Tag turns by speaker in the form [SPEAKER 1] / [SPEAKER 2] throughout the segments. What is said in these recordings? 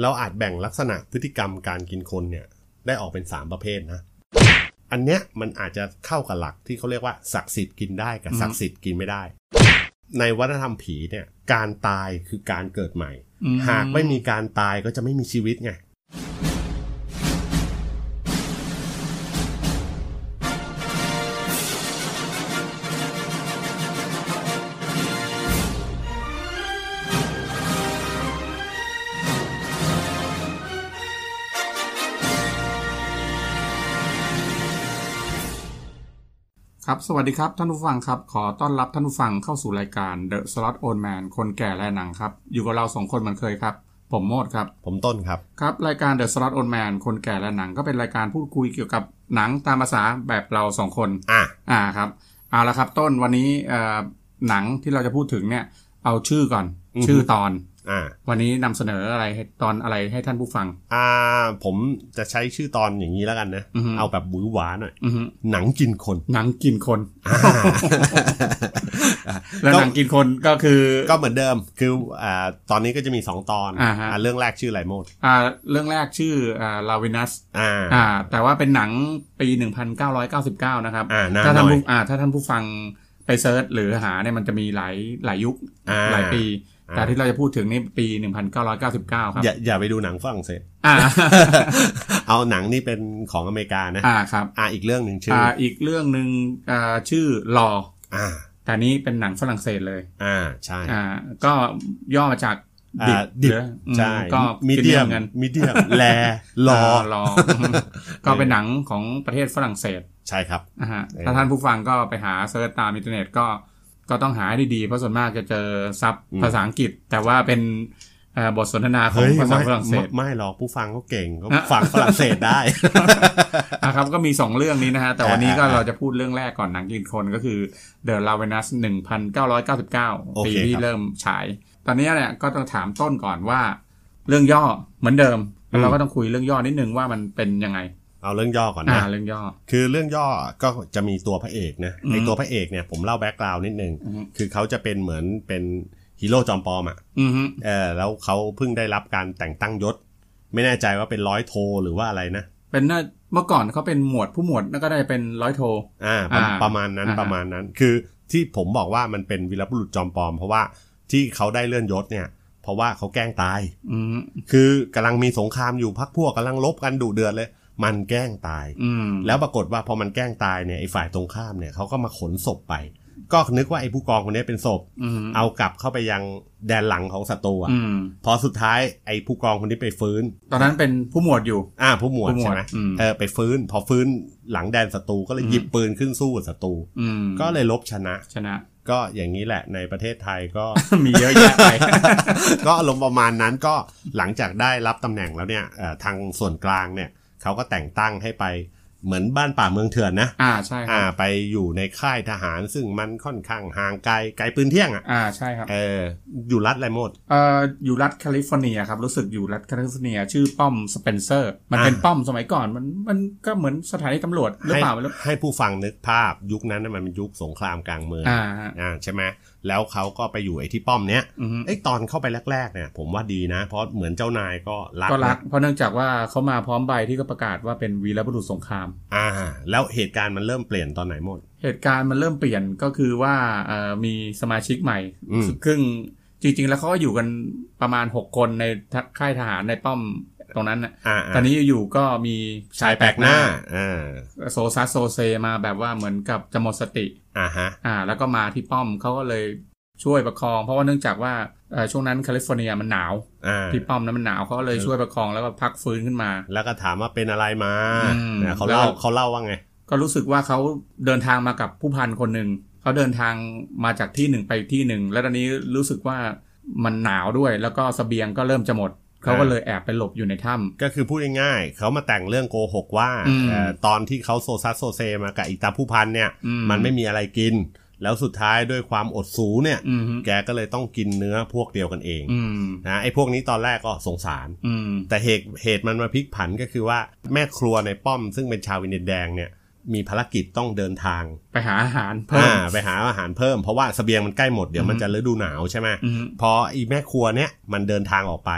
[SPEAKER 1] เราอาจแบ่งลักษณะพฤติกรรมการกินคนเนี่ย ได้ออกเป็น 3 ประเภทนะ อันเนี้ยมันอาจจะเข้ากับหลักที่เขาเรียกว่าศักดิ์สิทธิ์กินได้กับ
[SPEAKER 2] อืม
[SPEAKER 1] ศักดิ์สิทธิ์กินไม่ได้ ในวัฒนธรรมผีเนี่ย การตายคือการเกิดใหม่
[SPEAKER 2] อื
[SPEAKER 1] หากไม่มีการตายก็จะไม่มีชีวิตไง
[SPEAKER 2] ครับ สวัสดีครับท่านผู้ฟังครับ ขอต้อนรับท่านผู้ฟังเข้าสู่รายการ The Slot Old Man คนแก่และหนังครับ อยู่กับเราสองคนเหมือนเคยครับ ผมโมดครับ
[SPEAKER 1] ผมต้นครับ
[SPEAKER 2] ครับ รายการ The Slot Old Man คนแก่และหนังก็เป็นรายการพูดคุยเกี่ยวกับหนังตามภาษาแบบเราสองคน
[SPEAKER 1] อ่ะ
[SPEAKER 2] อ่าครับเอาละครับต้นวันนี้เอ่อหนังที่เราจะพูดถึงเนี่ย เอาชื่อก่อน
[SPEAKER 1] อือฮึ
[SPEAKER 2] ชื่อตอน
[SPEAKER 1] อ่า
[SPEAKER 2] วันนี้นำเสนออะไรให้ตอนอะไรให้ท่านผู้ฟัง
[SPEAKER 1] อ่า ผมจะใช้ชื่อตอนอย่างนี้แล้วกันนะ
[SPEAKER 2] อือฮึ
[SPEAKER 1] เอาแบบหวือหวาหน่อย
[SPEAKER 2] อือฮึ
[SPEAKER 1] หนังกินคน
[SPEAKER 2] หนังกินคน และ
[SPEAKER 1] ก็
[SPEAKER 2] หนังกินคนก็คือ
[SPEAKER 1] ก็เหมือนเดิม คืออ่าตอนนี้ก็จะมี 2 ตอน
[SPEAKER 2] อ่าฮะ
[SPEAKER 1] เรื่องแรกชื่ออะไรโมด
[SPEAKER 2] อ่าเรื่องแรกชื่ออ่าลาวินัส
[SPEAKER 1] อ่า
[SPEAKER 2] อ่า แต่ว่าเป็นหนังปี 1999 นะครับ
[SPEAKER 1] อ่านา
[SPEAKER 2] ถ้า
[SPEAKER 1] ห
[SPEAKER 2] นท่าน
[SPEAKER 1] น่อย
[SPEAKER 2] ผู้อ่าถ้าท่านผู้ฟังไปเซิร์ชหรือหาเนี่ยมันจะมีหลายหลายยุค
[SPEAKER 1] อ่
[SPEAKER 2] หลายปี
[SPEAKER 1] อ่า
[SPEAKER 2] แต่ที่เราจะพูดถึงนี่ปี 1999 ครับ
[SPEAKER 1] อย่าอย่าไปดูหนังฝรั่ง เศส
[SPEAKER 2] อ่า
[SPEAKER 1] เอาหนังนี่เป็นของอเมริกานะ
[SPEAKER 2] อ่าครับ
[SPEAKER 1] อ่าอีกเรื่องหนึ่งชื่ออ
[SPEAKER 2] อ่าอีกเรื่องหนึ่งอ่าชื่อลอ
[SPEAKER 1] อ่า
[SPEAKER 2] แต่นี้เป็นหนังฝรั่งเศสเลย
[SPEAKER 1] อ่า ใช่
[SPEAKER 2] อ่า ก็ย่อมาจาก
[SPEAKER 1] อ่าดิบ
[SPEAKER 2] หรืออืม
[SPEAKER 1] ใช่
[SPEAKER 2] ก็
[SPEAKER 1] มีเดียม
[SPEAKER 2] กัน
[SPEAKER 1] มีเดียมแลรอ
[SPEAKER 2] า ลอ ก็เป็นหนังของประเทศฝรั่งเศส
[SPEAKER 1] ใช่ครับ
[SPEAKER 2] นะฮะ
[SPEAKER 1] เออ
[SPEAKER 2] ถ้าท่านผู้ฟังก็ไปหาเซิร์ชตามอินเทอร์เน็ตก็ก็ต้องหาให้ดีๆเพราะส่วนมากจะเจอซับภาษาอังกฤษ แต่ว่าเป็นเอ่อบทสนทนาของภาษา
[SPEAKER 1] ไม่
[SPEAKER 2] ฝรั่งเศส
[SPEAKER 1] ไม่หรอกผู้ฟังเขาเก่งเขา
[SPEAKER 2] อ่ะ
[SPEAKER 1] ฟังฝรั่งเศสได้
[SPEAKER 2] อ่ะครับก็มี 2 เรื่องนี้นะฮะ แต่วันนี้ก็
[SPEAKER 1] อ่าอ่า
[SPEAKER 2] เราจะพูดเรื่องแรกก่อนหนังกินคนก็คือ The l a v e n u s
[SPEAKER 1] โอ
[SPEAKER 2] 1999
[SPEAKER 1] เค
[SPEAKER 2] ปี
[SPEAKER 1] ครับ
[SPEAKER 2] ที่เริ่มฉาย ตอนนี้เนี่ยก็ต้องถามต้นก่อนว่า เรื่องย่อเหมือนเดิม
[SPEAKER 1] อืม
[SPEAKER 2] เราก็ต้องคุยเรื่องย่อนิดนึงว่ามันเป็นยังไง
[SPEAKER 1] เอาเรื่องย่อก่อน
[SPEAKER 2] อ่า
[SPEAKER 1] นะ
[SPEAKER 2] เรื่องย่อ
[SPEAKER 1] คือเรื่องย่อก็จะมีตัวพระเอกนะ
[SPEAKER 2] อืม
[SPEAKER 1] ในตัวพระเอกเนี่ยผมเล่าแบ็กกราวน์นิดนึง
[SPEAKER 2] อือฮึ
[SPEAKER 1] คือเขาจะเป็นเหมือนเป็นฮีโร่จอมปลอมอ่ะ
[SPEAKER 2] อือฮึ
[SPEAKER 1] เออแล้วเขาเพิ่งได้รับการแต่งตั้งยศ ไม่แน่ใจว่าเป็นร้อยโทหรือว่าอะไรนะ
[SPEAKER 2] เป็นน่าเมื่อก่อนเขาเป็นหมวดผู้หมวดแล้วก็ได้เป็นร้อยโท
[SPEAKER 1] อ่าประ
[SPEAKER 2] อ่า
[SPEAKER 1] ประมาณนั้น
[SPEAKER 2] อ่าฮะ
[SPEAKER 1] ประมาณนั้น คือที่ผมบอกว่ามันเป็นวีรบุรุษจอมปลอม เพราะว่าที่เขาได้เลื่อนยศเนี่ย เพราะว่าเขาแกล้งตาย
[SPEAKER 2] อืม
[SPEAKER 1] คือกำลังมีสงครามอยู่พักพวกกำลังลบกันดุเดือดเลย มันแกล้งตาย
[SPEAKER 2] อืม
[SPEAKER 1] แล้วปรากฏว่าพอมันแกล้งตายเนี่ยไอ้ฝ่ายตรงข้ามเนี่ยเขาก็มาขนศพไป ก็นึกว่าไอ้ผู้กองคนนี้เป็นศพ
[SPEAKER 2] อืม
[SPEAKER 1] เอากลับเข้าไปยังแดนหลังของศัตรูอะ
[SPEAKER 2] อืม
[SPEAKER 1] พอสุดท้ายไอ้ผู้กองคนนี้ไปฟื้น
[SPEAKER 2] ตอนนั้นเป็นผู้หมวดอยู่
[SPEAKER 1] อ่าผู้หมวด
[SPEAKER 2] ผู้หมวด
[SPEAKER 1] ใช่ไหม
[SPEAKER 2] อืม
[SPEAKER 1] เออไปฟื้น พอฟื้นหลังแดนศัตรูก็เลย
[SPEAKER 2] อืม
[SPEAKER 1] หยิบปืนขึ้นสู้กับศัตรู
[SPEAKER 2] อืม
[SPEAKER 1] ก็เลยลบชนะ
[SPEAKER 2] ชนะ
[SPEAKER 1] ก็อย่างนี้แหละในประเทศไทยก็
[SPEAKER 2] มีเยอะแย ะไป
[SPEAKER 1] ก็อารมณ์ประมาณนั้นก็หลังจากได้รับตำแหน่งแล้วเนี่ยเอ่อทางส่วนกลางเนี่ยเขาก็แต่งตั้งให้ไปเหมือนบ้านป่าเมืองเถื่อนนะ
[SPEAKER 2] อ่าใช่ค
[SPEAKER 1] อ่า
[SPEAKER 2] รับ
[SPEAKER 1] ไปอยู่ในค่ายทหารซึ่งมันค่อนข้างห่างไกลไกลปืนเที่ยงอ่ะ
[SPEAKER 2] อ่าใช่ครับ
[SPEAKER 1] เอออยู่รัฐอะไรหมด
[SPEAKER 2] เอ่ออยู่รัฐแคลิฟอร์เนียครับ รู้สึกอยู่รัฐแคลิฟอร์เนีย ชื่อป้อมสเปนเซอร์ มันเป็น
[SPEAKER 1] อ่า
[SPEAKER 2] ป้อมสมัยก่อนมันมันก็เหมือนสถานีตำรวจหรือ
[SPEAKER 1] ให้
[SPEAKER 2] เปล่าไม่รู้
[SPEAKER 1] ให้ผู้ฟังนึกภาพยุคนั้นนะมันเป็นยุคสงครามกลางเมือง
[SPEAKER 2] อ่าฮะ
[SPEAKER 1] อ่าใช่ไหมแล้วเขาก็ไปอยู่ไอ้ที่ป้อมเนี้ย
[SPEAKER 2] อือฮึ
[SPEAKER 1] ไอ้ยตอนเข้าไปแรกๆเนี่ยผมว่าดีนะ เพราะเหมือนเจ้านายก็รัก
[SPEAKER 2] ก็รัก
[SPEAKER 1] นะ
[SPEAKER 2] เพราะเนื่องจากว่าเขามาพร้อมใบที่ก็ประกาศว่าเป็นวีรบุรุษสงคราม
[SPEAKER 1] อ่า แล้วเหตุการณ์มันเริ่มเปลี่ยนตอนไหนหมด
[SPEAKER 2] เหตุการณ์มันเริ่มเปลี่ยนก็คือว่าเอ่อมีสมาชิกใหม่
[SPEAKER 1] อืม
[SPEAKER 2] ซึ่งจริง ๆ แล้วเขาก็อยู่กันประมาณ 6 คนในค่ายทหารในป้อมตรงนั้นนะ
[SPEAKER 1] อ่า
[SPEAKER 2] ตอนนี้อยู่ๆก็มี
[SPEAKER 1] ชายแปลกหน้าอ่า
[SPEAKER 2] โซซัสโซเซมาแบบว่าเหมือนกับจะหมดสติ
[SPEAKER 1] อ่าฮะ
[SPEAKER 2] อ่าแล้วก็มาที่ป้อมเขาก็เลยช่วยประคอง เพราะว่าเนื่องจากว่าเอ่อช่วงนั้นแคลิฟอร์เนียมันหนาว
[SPEAKER 1] อ่า
[SPEAKER 2] ที่ป้อมนั้นมันหนาวเขาก็เลย
[SPEAKER 1] เออ
[SPEAKER 2] ช่วยประคองแล้วก็พักฟื้นขึ้นมา
[SPEAKER 1] แล้วก็ถามว่าเป็นอะไรมา
[SPEAKER 2] อืม
[SPEAKER 1] เนี่ยเขาเล่า
[SPEAKER 2] แล้ว
[SPEAKER 1] เขาเล่าว่าไง
[SPEAKER 2] ก็รู้สึกว่าเขาเดินทางมากับผู้พันคนหนึ่งเขาเดินทางมาจากที่หนึ่งไปที่หนึ่งแล้วตอนนี้รู้สึกว่ามันหนาวด้วย แล้วก็เสบียงก็เริ่มจะหมดเขาก็เลยแอบไปหลบอยู่ในถ้ำ
[SPEAKER 1] ก็คือพูดง่ายๆ เขามาแต่งเรื่องโกหกว่า
[SPEAKER 2] อืม
[SPEAKER 1] เอ่อตอนที่เขาโซซัสโซเซมากับอีตาผู้พันเนี่ย
[SPEAKER 2] อืม
[SPEAKER 1] มันไม่มีอะไรกิน แล้วสุดท้ายด้วยความอดสูเนี่ย
[SPEAKER 2] อืมฮึ
[SPEAKER 1] แกก็เลยต้องกินเนื้อพวกเดียวกันเอง
[SPEAKER 2] อืม
[SPEAKER 1] นะไอ้พวกนี้ตอนแรกก็สงสาร
[SPEAKER 2] อืม
[SPEAKER 1] แต่เหตุเหตุมันมาพลิกผันก็คือว่าแม่ครัวในป้อมซึ่งเป็นชาววินเดียแดงเนี่ย มีภารกิจต้องเดินทาง
[SPEAKER 2] ไปหาอาหารเพิ่ม
[SPEAKER 1] อ่าไปหาอาหารเพิ่มเพราะว่าเสบียงมันใกล้หมดเดี๋ยวมัน
[SPEAKER 2] อืม
[SPEAKER 1] จะฤดูหนาวใช่ไหม
[SPEAKER 2] อืม
[SPEAKER 1] พอไอีแม่ครัวเนี่ยมันเดินทางออกไป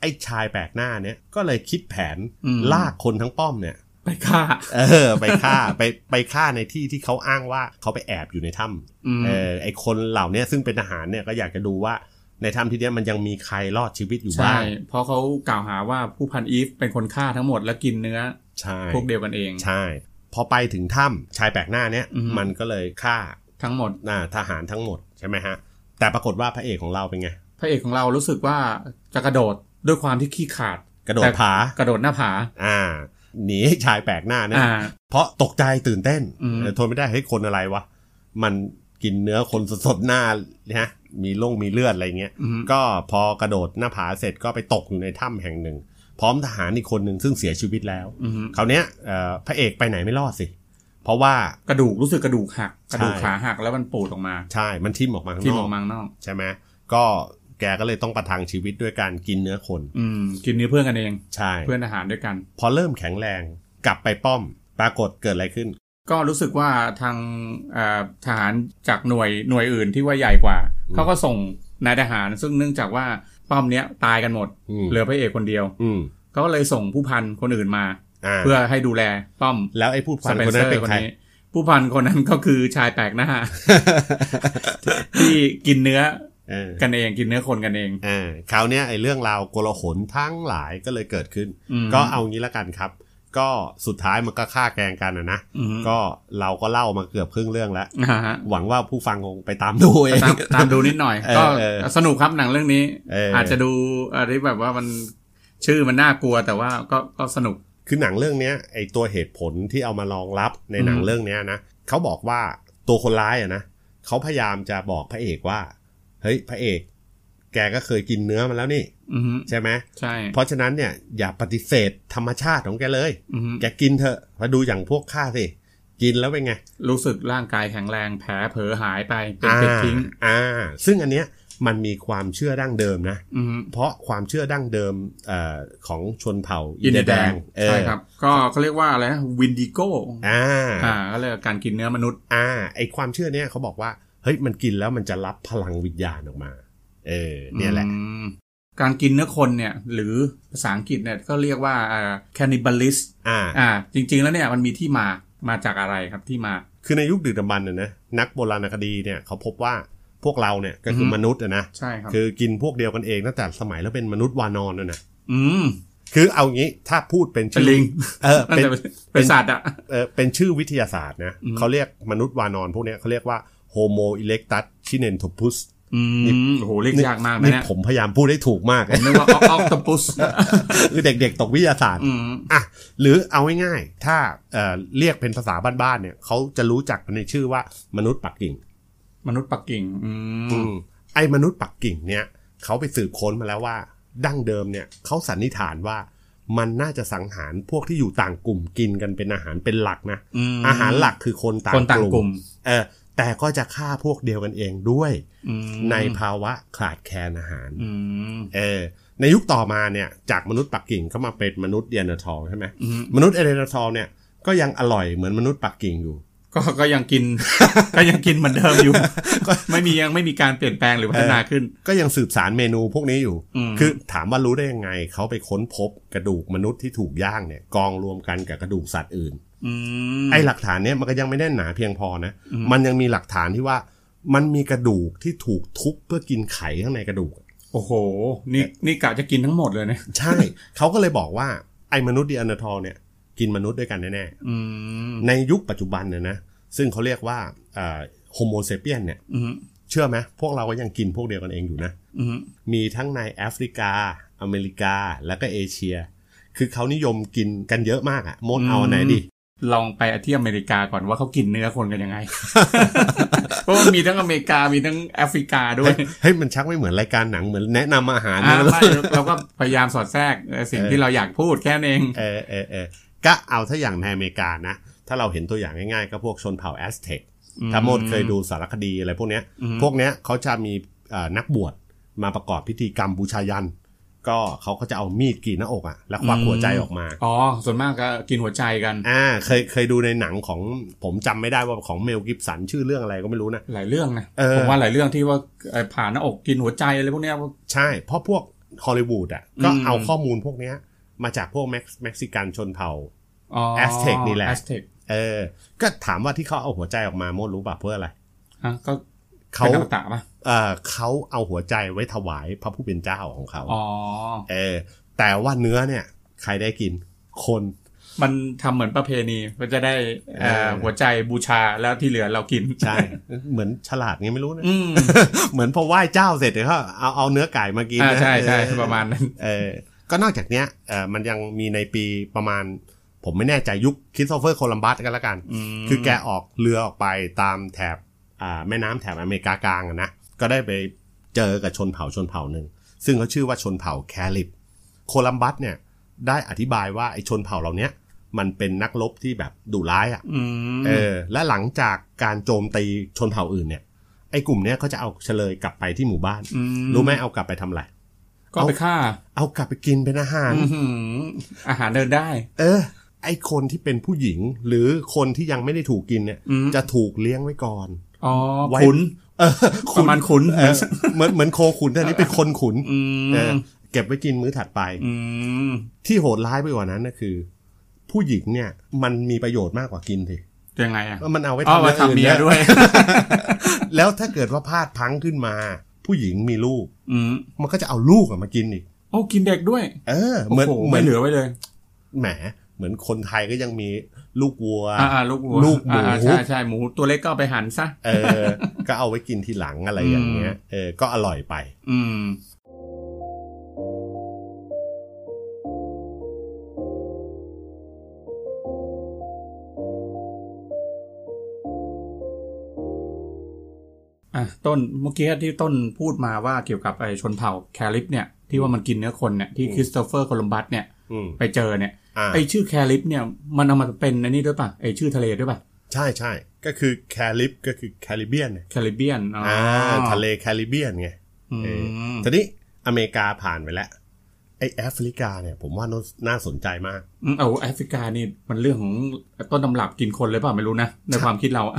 [SPEAKER 1] ไอ้ชายแปลกหน้าเนี่ยก็เลยคิดแผน
[SPEAKER 2] อืม
[SPEAKER 1] ลากคนทั้งป้อมเนี่ย
[SPEAKER 2] ไปฆ่า
[SPEAKER 1] เออ ไปฆ่า ไปไปฆ่าในที่ที่เขาอ้างว่าเขาไปแอบอยู่ในถ้
[SPEAKER 2] อืม
[SPEAKER 1] ำเออไอคนเหล่าเนี้ยซึ่งเป็นทหารเนี่ยก็อยากจะดูว่าในถ้ำที่เนี้ยมันยังมีใครรอดชีวิตอยู่บ้า
[SPEAKER 2] ใช่
[SPEAKER 1] ง
[SPEAKER 2] เพราะเขากล่าวหาว่าผู้พันอีฟเป็นคนฆ่าทั้งหมดและกินเนื้อ
[SPEAKER 1] ใช่
[SPEAKER 2] พวกเดียวกันเอง
[SPEAKER 1] ใช่ พอไปถึงถ้ำชายแปลกหน้าเนี่ย
[SPEAKER 2] อืม
[SPEAKER 1] มันก็เลยฆ่า
[SPEAKER 2] ทั้งหมด
[SPEAKER 1] หน้าทหารทั้งหมดใช่ไหมฮะ แต่ปรากฏว่าพระเอกของเราเป็นไง
[SPEAKER 2] พระเอกของเรารู้สึกว่าจะกระโดดด้วยความที่ขี้ขาด
[SPEAKER 1] กระโดด
[SPEAKER 2] แต่
[SPEAKER 1] ผาก
[SPEAKER 2] ระโดดหน้าผา
[SPEAKER 1] อ่าหนีให้ชายแปลกหน้าเนี่ย
[SPEAKER 2] อ่า
[SPEAKER 1] เพราะตกใจตื่นเต้น
[SPEAKER 2] อืม
[SPEAKER 1] เออทนไม่ได้ให้ยคนอะไรวะมันกินเนื้อคนสดๆหน้านะฮะมีลงมีเลือดอะไรเงี้ย
[SPEAKER 2] อืม
[SPEAKER 1] ก็พอกระโดดหน้าผาเสร็จก็ไปตกอยู่ในถ้ำแห่งหนึ่ง พร้อมทหารอีกคนหนึ่งซึ่งเสียชีวิตแล้ว
[SPEAKER 2] อืม
[SPEAKER 1] คราวเนี้ยเอ่อพระเอกไปไหนไม่รอดสิ เพราะว่า
[SPEAKER 2] กระดูกรู้สึกกระดูกหัก กระดูก
[SPEAKER 1] ใช่
[SPEAKER 2] ขาหักแล้วมันปูดออกมา
[SPEAKER 1] ใช่มันทิ่มออกมาข้าง
[SPEAKER 2] ที่
[SPEAKER 1] น
[SPEAKER 2] ม
[SPEAKER 1] อ
[SPEAKER 2] อก งมังนอก
[SPEAKER 1] ใช่ไหมก็แกก็เลยต้องประทังชีวิตด้วยการกินเนื้อคน
[SPEAKER 2] อืม กินเนื้อเพื่อนกันเอง
[SPEAKER 1] ใช่
[SPEAKER 2] เพื่อนอาหารด้วยกัน
[SPEAKER 1] พอเริ่มแข็งแรงกลับไปป้อม ปรากฏเกิดอะไรขึ้น
[SPEAKER 2] ก็รู้สึกว่าทางเอ่อทหารจากหน่วยหน่วยอื่นที่ว่าใหญ่กว่า
[SPEAKER 1] อืม
[SPEAKER 2] เขาก็ส่งนายทหาร ซึ่งเนื่องจากว่าป้อมเนี้ยตายกันหมด
[SPEAKER 1] อืม
[SPEAKER 2] เหลือพระเอกคนเดียว
[SPEAKER 1] อืม
[SPEAKER 2] เขาก็เลยส่งผู้พันคนอื่นมา
[SPEAKER 1] อ่า
[SPEAKER 2] เพื่อให้ดูแลป้อม
[SPEAKER 1] แล้วไอ้ผู้
[SPEAKER 2] ส
[SPEAKER 1] พัน
[SPEAKER 2] เปน
[SPEAKER 1] คน
[SPEAKER 2] เซ
[SPEAKER 1] นั้
[SPEAKER 2] อน ร์
[SPEAKER 1] เป็น
[SPEAKER 2] คน
[SPEAKER 1] ใคร
[SPEAKER 2] นี้ ผู้พันคนนั้นก็คือชายแปลกหน้า ที่กินเนื้อ
[SPEAKER 1] เออ
[SPEAKER 2] กันเองกินเนื้อคนกันเอง
[SPEAKER 1] เออคราวเนี้ยไอ้เรื่องราวโกลาหลทั้งหลายก็เลยเกิดขึ้น
[SPEAKER 2] อืม
[SPEAKER 1] ก็เอางี้ละกันครับ ก็สุดท้ายมันก็ฆ่าแกล้งกันนะนะ
[SPEAKER 2] อืม
[SPEAKER 1] ก็เราก็เล่ามาเกือบครึ่งเรื่องแล้ว
[SPEAKER 2] อ่าฮะ
[SPEAKER 1] หวังว่าผู้ฟังคงไปตามดูเอง
[SPEAKER 2] ตามตามดูนิดหน่อย
[SPEAKER 1] เออ
[SPEAKER 2] ก็
[SPEAKER 1] เออ
[SPEAKER 2] สนุกครับหนังเรื่องนี้
[SPEAKER 1] เอออ
[SPEAKER 2] อาจจะดูอะไรแบบว่ามันชื่อมันน่ากลัวแต่ว่าก็ก็สนุก
[SPEAKER 1] คือหนังเรื่องเนี้ยไอตัวเหตุผลที่เอามารองรับในหนัง
[SPEAKER 2] อืม
[SPEAKER 1] เรื่องเนี้ยนะเขาบอกว่าตัวคนร้ายอะนะเขาพยายามจะบอกพระเอกว่า เฮ้ยพระเอก แกก็เคยกินเนื้อมาแล้วนี่
[SPEAKER 2] อือฮึ
[SPEAKER 1] ใช่ไหม
[SPEAKER 2] ใช่
[SPEAKER 1] เพราะฉะนั้นเนี่ยอย่าปฏิเสธธรรมชาติของแกเลย
[SPEAKER 2] อือฮึ
[SPEAKER 1] แกกินเถอะมาดูอย่างพวกข้าสิกินแล้วเป็นไง
[SPEAKER 2] รู้สึกร่างกายแข็งแรงแผลเผลอหายไปเป็นติดทิ้ง
[SPEAKER 1] อ่าอ่า ซึ่งอันเนี้ยมันมีความเชื่อดั้งเดิมนะ
[SPEAKER 2] อือฮึ
[SPEAKER 1] เพราะความเชื่อดั้งเดิมเออของชนเผ่า
[SPEAKER 2] อินเดียแดง
[SPEAKER 1] เออ
[SPEAKER 2] ใช่ครับ ก็เขาเรียกว่าอะไรนะวินดิโก้
[SPEAKER 1] อ่า
[SPEAKER 2] อ่าก็เลยการกินเนื้อมนุษย์
[SPEAKER 1] อ่าไอความเชื่อเนี้ยเขาบอกว่าเฮ้ยมันกินแล้วมันจะรับพลังวิญญาณออกมา เออเนี่ยแหละ
[SPEAKER 2] อืมการกินเนื้อคนเนี่ย หรือภาษาอังกฤษเนี่ยก็เรียกว่าอ่า cannibalism
[SPEAKER 1] อ่า
[SPEAKER 2] อ่า จริง ๆ แล้วเนี่ยมันมีที่มามาจากอะไรครับที่มา
[SPEAKER 1] คือในยุคดึกดำบรรพ์นะนะนักโบราณคดีเนี่ยเขาพบว่าพวกเราเนี่ยก็คือ
[SPEAKER 2] อฮึ
[SPEAKER 1] มนุษย์อะนะ
[SPEAKER 2] ใช่ครับ
[SPEAKER 1] คือกินพวกเดียวกันเองตั้งแต่สมัยแล้วเป็นมนุษย์วานอนนะนะ
[SPEAKER 2] อืม
[SPEAKER 1] คือเอางี้ถ้าพูดเป็น
[SPEAKER 2] เป็น
[SPEAKER 1] ชื่อ
[SPEAKER 2] ลิง
[SPEAKER 1] เออ
[SPEAKER 2] ตั้ง
[SPEAKER 1] เป็น
[SPEAKER 2] แต่เป็นสัตว์อ่ะ
[SPEAKER 1] เออเป็นชื่อวิทยาศาสตร์นะ
[SPEAKER 2] อืม
[SPEAKER 1] เขาเรียกมนุษย์วานอนพวกเนี้ยเขาเรียกว่าโฮโมอิเล็กตัสชิเนนโทพุส
[SPEAKER 2] อืมโอ้โหเรียกยากมากนะ
[SPEAKER 1] นี่
[SPEAKER 2] เนี่ย
[SPEAKER 1] ผมพยายามพูดได้ถูกม าก
[SPEAKER 2] ผมนึก ว่าออกตปุส
[SPEAKER 1] คือเด็กๆ ตกวิทยาศาสตร์
[SPEAKER 2] อืม
[SPEAKER 1] อ่ะหรือเอาง่ายๆ ถ้าเอ่อเรียกเป็นภาษาบ้านๆเนี่ยเขาจะรู้จักมันในชื่อว่ามนุษย์ปักกิ่ง
[SPEAKER 2] มนุษย์ปักกิ่ง อืม
[SPEAKER 1] อืมไอ้มนุษย์ปักกิ่งเนี่ยเขาไปสืบค้นมาแล้วว่า ดั้งเดิมเนี่ยเขาสันนิษฐานว่ามันน่าจะสังหารพวกที่อยู่ต่างกลุ่มกินกันเป็นอาหารเป็นหลักนะ
[SPEAKER 2] ม
[SPEAKER 1] อาหารหลักคือคนต่า
[SPEAKER 2] คนต่าง
[SPEAKER 1] งก
[SPEAKER 2] ก
[SPEAKER 1] ลุ่
[SPEAKER 2] ลุ่
[SPEAKER 1] ม
[SPEAKER 2] ม
[SPEAKER 1] เออแต่ก็จะฆ่าพวกเดียวกันเองด้วย
[SPEAKER 2] อืม
[SPEAKER 1] ในภาวะขาดแคลนอาหาร
[SPEAKER 2] อืม
[SPEAKER 1] เออในยุคต่อมาเนี่ยจากมนุษย์ปักกิ่งเข้ามาเป็นมนุษย์เดนทอลใช่ไหม
[SPEAKER 2] อืม
[SPEAKER 1] มนุษย์เอเดนทอลเนี่ยก็ยังอร่อยเหมือนมนุษย์ปักกิ่งอยู่
[SPEAKER 2] ก็ก็ยังกิน ก็ยังกินเหมือนเดิมอยู่ ไม่มียังไม่มีการเปลี่ยนแปลงหรือพัฒนาขึ้น
[SPEAKER 1] ก็ยังสืบสารเมนูพวกนี้อยู่
[SPEAKER 2] อืม
[SPEAKER 1] คือถามว่ารู้ได้ยังไงเขาไปค้นพบกระดูกมนุษย์ที่ถูกย่างเนี่ยกองรวมกันกับกระดูกสัตว์อื่น
[SPEAKER 2] อืม
[SPEAKER 1] ไอ้หลักฐานเนี่ยมันก็ยังไม่แน่นหนาเพียงพอนะ
[SPEAKER 2] อืม
[SPEAKER 1] มันยังมีหลักฐานที่ว่ามันมีกระดูกที่ถูกทุบเพื่อกินไขข้างในกระดูก
[SPEAKER 2] โอ้โห นี่นี่กะจะกินทั้งหมดเลยเนี่ย
[SPEAKER 1] ใช่ เขาก็เลยบอกว่าไอ้มนุษย์ดีอันเดอร์ทอลเนี่ย กินมนุษย์ด้วยกันแน่
[SPEAKER 2] อืม
[SPEAKER 1] ๆ ในยุคปัจจุบันเนี่ยนะ ซึ่งเขาเรียกว่าโฮโมเซเปียนเนี่ย
[SPEAKER 2] อืม
[SPEAKER 1] เชื่อไหมพวกเราก็ยังกินพวกเดียวกันเองอยู่นะ
[SPEAKER 2] อืม
[SPEAKER 1] มีทั้งในแอฟริกา อเมริกา แล้วก็เอเชีย คือเขานิยมกินกันเยอะมากอะมดเอาอันไหนดี
[SPEAKER 2] ลองไปที่อเมริกาก่อนว่าเขากินเนื้อคนกันยังไง เพราะว่ามีทั้งอเมริกามีทั้งแอฟริกาด้วย
[SPEAKER 1] เฮ้ย มันชักไม่เหมือนรายการหนังเหมือนแนะนำอาหาร
[SPEAKER 2] อ่า
[SPEAKER 1] นะ
[SPEAKER 2] ไม่ เราก็พยายามสอดแทรกเอ่อสิ่ง
[SPEAKER 1] เออ
[SPEAKER 2] ที่เราอยากพูดแค่นั้นเอง
[SPEAKER 1] เออเออเออก็เอาถ้าอย่างในอเมริกานะ ถ้าเราเห็นตัวอย่างง่ายๆ ก็พวกชนเผ่าแอสเท็ก ถ้าโมดเคยดูสารคดีอะไรพวกเนี้ย
[SPEAKER 2] อืม
[SPEAKER 1] พวกเนี้ยเขาจะมีเอ่อนักบวชมาประกอบพิธีกรรมบูชายัน ก็เขาก็จะเอามีดกรีดหน้าอกอะแล้วควักหัวใจออกมา
[SPEAKER 2] อ๋อ ส่วนมากก็กินหัวใจกัน
[SPEAKER 1] อ่า เคยเคยดูในหนังของผมจำไม่ได้ว่าของเมลกิฟสันชื่อเรื่องอะไรก็ไม่รู้นะ
[SPEAKER 2] หลายเรื่องนะ
[SPEAKER 1] เออ
[SPEAKER 2] ผมว่าหลายเรื่องที่ว่าเอ่อผ่านหน้าอกกินหัวใจอะไรพวกเนี้ย
[SPEAKER 1] ใช่ เพราะพวก ฮอลลีวูดอ่ะก็
[SPEAKER 2] อืม
[SPEAKER 1] เอาข้อมูลพวกเนี้ย มาจากพวกเม็กซ์เม็กซิกันชนเผ่า
[SPEAKER 2] อ๋อ
[SPEAKER 1] Aztec นี่แหละ
[SPEAKER 2] Aztec
[SPEAKER 1] เออ ก็ถามว่าที่เขาเอาหัวใจออกมาโมดรู้ป่ะเพื่ออะไร
[SPEAKER 2] อ่ะก็
[SPEAKER 1] เขา
[SPEAKER 2] เป็นอมตะป่ะ
[SPEAKER 1] เออเขาเอาหัวใจไว้ถวายพระผู้เป็นเจ้าของเขา
[SPEAKER 2] อ๋อ
[SPEAKER 1] เออ แต่ว่าเนื้อเนี่ย ใครได้กินคน
[SPEAKER 2] มันทำเหมือนประเพณีมันจะได้เอ่อ
[SPEAKER 1] เออ
[SPEAKER 2] หัวใจบูชาแล้วที่เหลือเรากิน
[SPEAKER 1] ใช่ เหมือนฉลาดไงไม่รู้นะ
[SPEAKER 2] อืม
[SPEAKER 1] เหมือนพอไหว้เจ้าเสร็จเดี๋ยวเขาเอาเอาเนื้อไก่มากิน
[SPEAKER 2] อ่า
[SPEAKER 1] นะ
[SPEAKER 2] ใช่ใช่
[SPEAKER 1] เออ
[SPEAKER 2] ประมาณนั้น
[SPEAKER 1] เออก็นอกจากเนี้ยเออมันยังมีในปีประมาณ ผมไม่แน่ใจยุคคริสโตเฟอร์โคลัมบัสก็แล้วกัน
[SPEAKER 2] อืม
[SPEAKER 1] คือแกออกเรือออกไปตามแถบอ่าแม่น้ำแถบอเมริกากลางอะนะ ก็ได้ไปเจอกับชนเผ่าชนเผ่าหนึ่ง ซึ่งเขาชื่อว่าชนเผ่าแคลิบ โคลัมบัสเนี่ยได้อธิบายว่าไอ้ชนเผ่าเหล่าเนี้ยมันเป็นนักรบที่แบบดุร้ายอ่ะ
[SPEAKER 2] อืม
[SPEAKER 1] เออและหลังจากการโจมตีชนเผ่าอื่นเนี่ย ไอ้กลุ่มเนี้ยเขาจะเอาเฉลยกลับไปที่หมู่บ้าน
[SPEAKER 2] ม
[SPEAKER 1] รู้ไหมเอากลับไปทำอะไร
[SPEAKER 2] ก็ไปฆ่า
[SPEAKER 1] เอากลับไปกินเป็นอาหาร
[SPEAKER 2] อื้อหืออาหารเดินได้
[SPEAKER 1] เออ ไอ้คนที่เป็นผู้หญิงหรือคนที่ยังไม่ได้ถูกกินเนี่ย
[SPEAKER 2] อืม
[SPEAKER 1] จะถูกเลี้ยงไว้ก่อน
[SPEAKER 2] อ๋อ
[SPEAKER 1] ไว้
[SPEAKER 2] ขุน
[SPEAKER 1] เออ
[SPEAKER 2] ประมาณขุน
[SPEAKER 1] เออเหมือนเหมือนโคขุนแต่อันนี้เป็นคนขุน
[SPEAKER 2] อืม
[SPEAKER 1] เออเก็บไว้กินมื้อถัดไป
[SPEAKER 2] อืม
[SPEAKER 1] ที่โหดร้ายไปกว่านั้นก็คือ ผู้หญิงเนี่ยมันมีประโยชน์มากกว่ากินสิ
[SPEAKER 2] ยังไงอ่ะ
[SPEAKER 1] มันเอาไว้
[SPEAKER 2] อ๋อ
[SPEAKER 1] ทำ
[SPEAKER 2] มา
[SPEAKER 1] อง
[SPEAKER 2] ทำ
[SPEAKER 1] อื่น
[SPEAKER 2] เมีย
[SPEAKER 1] นี่
[SPEAKER 2] ด้วย
[SPEAKER 1] แล้วถ้าเกิดว่าพลาดพลังขึ้นมา ผู้หญิงมีลูก
[SPEAKER 2] อืม
[SPEAKER 1] มันก็จะเอาลูกอะมากินอีก
[SPEAKER 2] โอ้กินเด็กด้วย
[SPEAKER 1] เออ เหมือนเหมื
[SPEAKER 2] โโไม่
[SPEAKER 1] อน
[SPEAKER 2] เหลือไว้เลย
[SPEAKER 1] แหม เหมือนคนไทยก็ยังมีลูกวัว
[SPEAKER 2] อ่าลูกวัว
[SPEAKER 1] ลูกหมู
[SPEAKER 2] อ่าใช่ใช่หมูตัวเล็กก็เอาไปหั่นซะ
[SPEAKER 1] เออ ก็เอาไว้กินทีหลังอะไรอย่างเงี้ย เออ ก็อร่อยไป
[SPEAKER 2] อืม อ่ะต้นเมื่อกี้ที่ต้นพูดมาว่าเกี่ยวกับไอ้ชนเผ่าแคลิปเนี่ย ที่ว่ามันกินเนื้อคนเนี่ยที่
[SPEAKER 1] อืม
[SPEAKER 2] คริสโตเฟอร์โคลัมบัสเนี่ย
[SPEAKER 1] อืม
[SPEAKER 2] ไปเจอเนี่ย
[SPEAKER 1] อ่า
[SPEAKER 2] ไอ้ชื่อแคลิปเนี่ยมันเอามาเป็นอันนี้ด้วยป่ะไอ้ชื่อทะเลด้วยป่ะ
[SPEAKER 1] ใช่ใช่ ก็คือแคลิบก็คือแคริบเบียนไง
[SPEAKER 2] แคริบเบียนอ๋ออ
[SPEAKER 1] อ่า ทะเลแคริบเบียนไง
[SPEAKER 2] อืม
[SPEAKER 1] ทีนี้อเมริกาผ่านไปแล้ว ไอแอฟริกาเนี่ย ผมว่าน่าสนใจมาก
[SPEAKER 2] อืมเอาแอฟริกานี่มันเรื่องของต้นตำรับกินคนเลยเปล่าไม่รู้นะในความคิดเราอะ